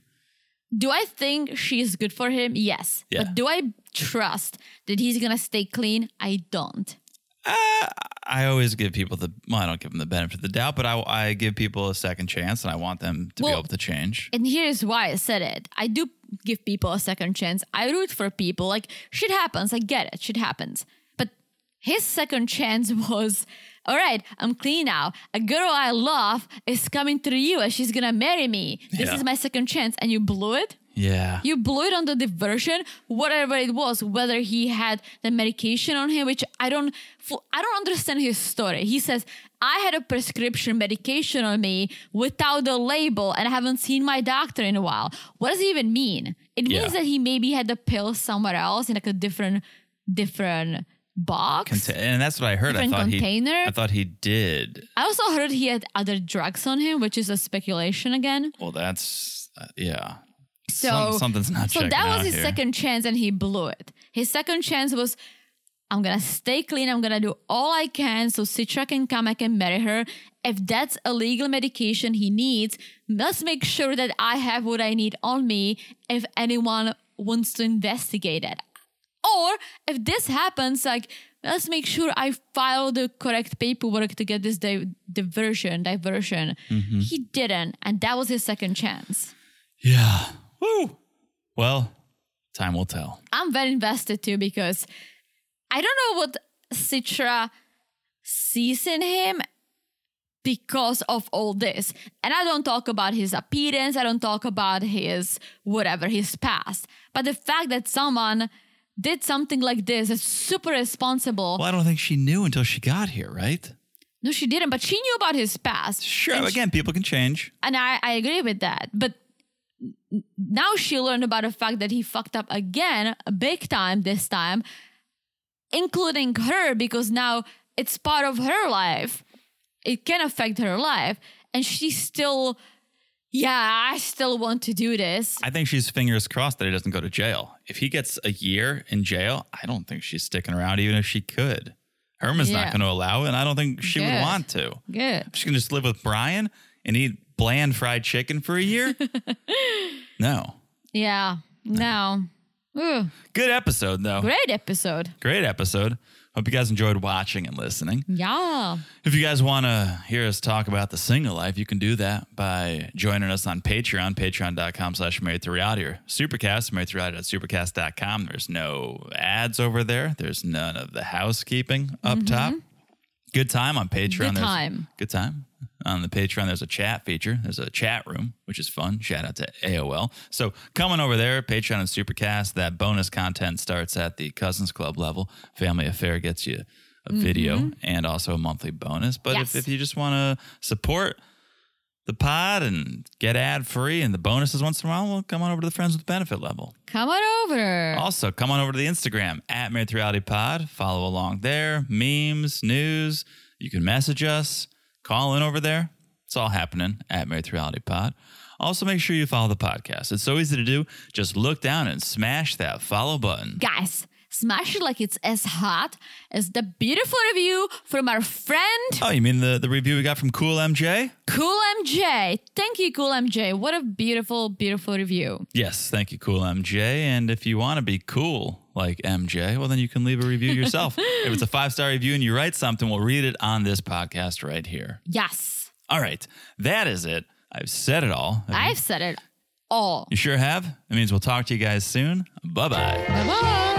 B: Do I think she's good for him? Yes.
A: Yeah.
B: But do I trust that he's going to stay clean? I don't.
A: Uh, I always give people the well, I don't give them the benefit of the doubt, but I, I give people a second chance, and I want them to be
B: Well-
A: able to change.
B: And here's why I said it. I do give people a second chance. I root for people. Like shit happens. I get it. Shit happens. But his second chance was, all right, I'm clean now. A girl I love is coming to the US. She's gonna marry me. This
A: Yeah.
B: is my second chance. And you blew it.
A: Yeah,
B: You blew it on the diversion, whatever it was, whether he had the medication on him, which I don't, fu- I don't understand his story. He says I had a prescription medication on me without the label, and I haven't seen my doctor in a while. What does it even mean? It
A: Yeah.
B: means that he maybe had the pill somewhere else in like a different, different box.
A: Conta- and that's what I heard. I
B: Different
A: thought
B: container?
A: he, I thought he did.
B: I also heard he had other drugs on him, which is a speculation again.
A: Well, that's uh, yeah.
B: So
A: Some- something's not.
B: So
A: checking
B: that
A: out
B: was his
A: here.
B: second chance, and he blew it. His second chance was, I'm gonna stay clean. I'm gonna do all I can so Citra can come. I can marry her. If that's a legal medication he needs, let's make sure that I have what I need on me. If anyone wants to investigate it, or if this happens, like let's make sure I file the correct paperwork to get this di- diversion. Diversion.
A: Mm-hmm.
B: He didn't, and that was his second chance.
A: Yeah. Woo. Well, time will tell.
B: I'm very invested too because I don't know what Citra sees in him because of all this. And I don't talk about his appearance, I don't talk about his whatever, his past. But the fact that someone did something like this is super responsible.
A: Well, I don't think she knew until she got here, right?
B: No, she didn't, but she knew about his past.
A: Sure.
B: And she-
A: Again, people can change.
B: and I, I agree with that. But n- now she learned about the fact that he fucked up again, big time this time, including her, because now it's part of her life. It can affect her life. And she still yeah, I still want to do this.
A: I think she's fingers crossed that he doesn't go to jail. If he gets a year in jail, I don't think she's sticking around, even if she could. Herman's not
B: Yeah.
A: going to allow it, and I don't think she would
B: Good.
A: want to.
B: Good.
A: She can just live with Brian and eat bland fried chicken for a year. no.
B: Yeah. No. Ooh,
A: Good episode, though.
B: great episode.
A: Great episode. Hope you guys enjoyed watching and listening.
B: Yeah.
A: If you guys want to hear us talk about the single life, you can do that by joining us on Patreon, patreon.com slash married to reality or supercast, married to reality.supercast.com. There's no ads over there. There's none of the housekeeping up top. Good time on Patreon.
B: Mm-hmm. Good
A: There's-
B: time.
A: Good time. On the Patreon, there's a chat feature. There's a chat room, which is fun. Shout out to AOL. So coming over there, Patreon and Supercast, that bonus content starts at the Cousins Club level. Family Affair gets you a video and also a monthly bonus. But
B: Yes.
A: if, if you just want to support the pod and get ad free and the bonuses once in a while, well, come on over to the Friends with Benefit level.
B: Come on over.
A: Also, come on over to the Instagram at Married to Reality Pod. Follow along there. Memes, news. You can message us, call in over there. It's all happening at Married to Reality Pod. Also, make sure you follow the podcast. It's so easy to do. Just look down and smash that follow button.
B: Guys, smash it like it's as hot as the beautiful review from our friend
A: Oh, you mean the, the review we got from Cool MJ?
B: Cool MJ. Thank you, Cool MJ. What a beautiful, beautiful review.
A: Yes, thank you, Cool MJ. And if you want to be cool like MJ, well, then you can leave a review yourself. if it's a five star review and you write something, we'll read it on this podcast right here.
B: Yes,
A: All right, that is it. I've said it all.
B: I've said it all.
A: you sure have? That means we'll talk to you guys soon. Bye bye.
B: Bye bye.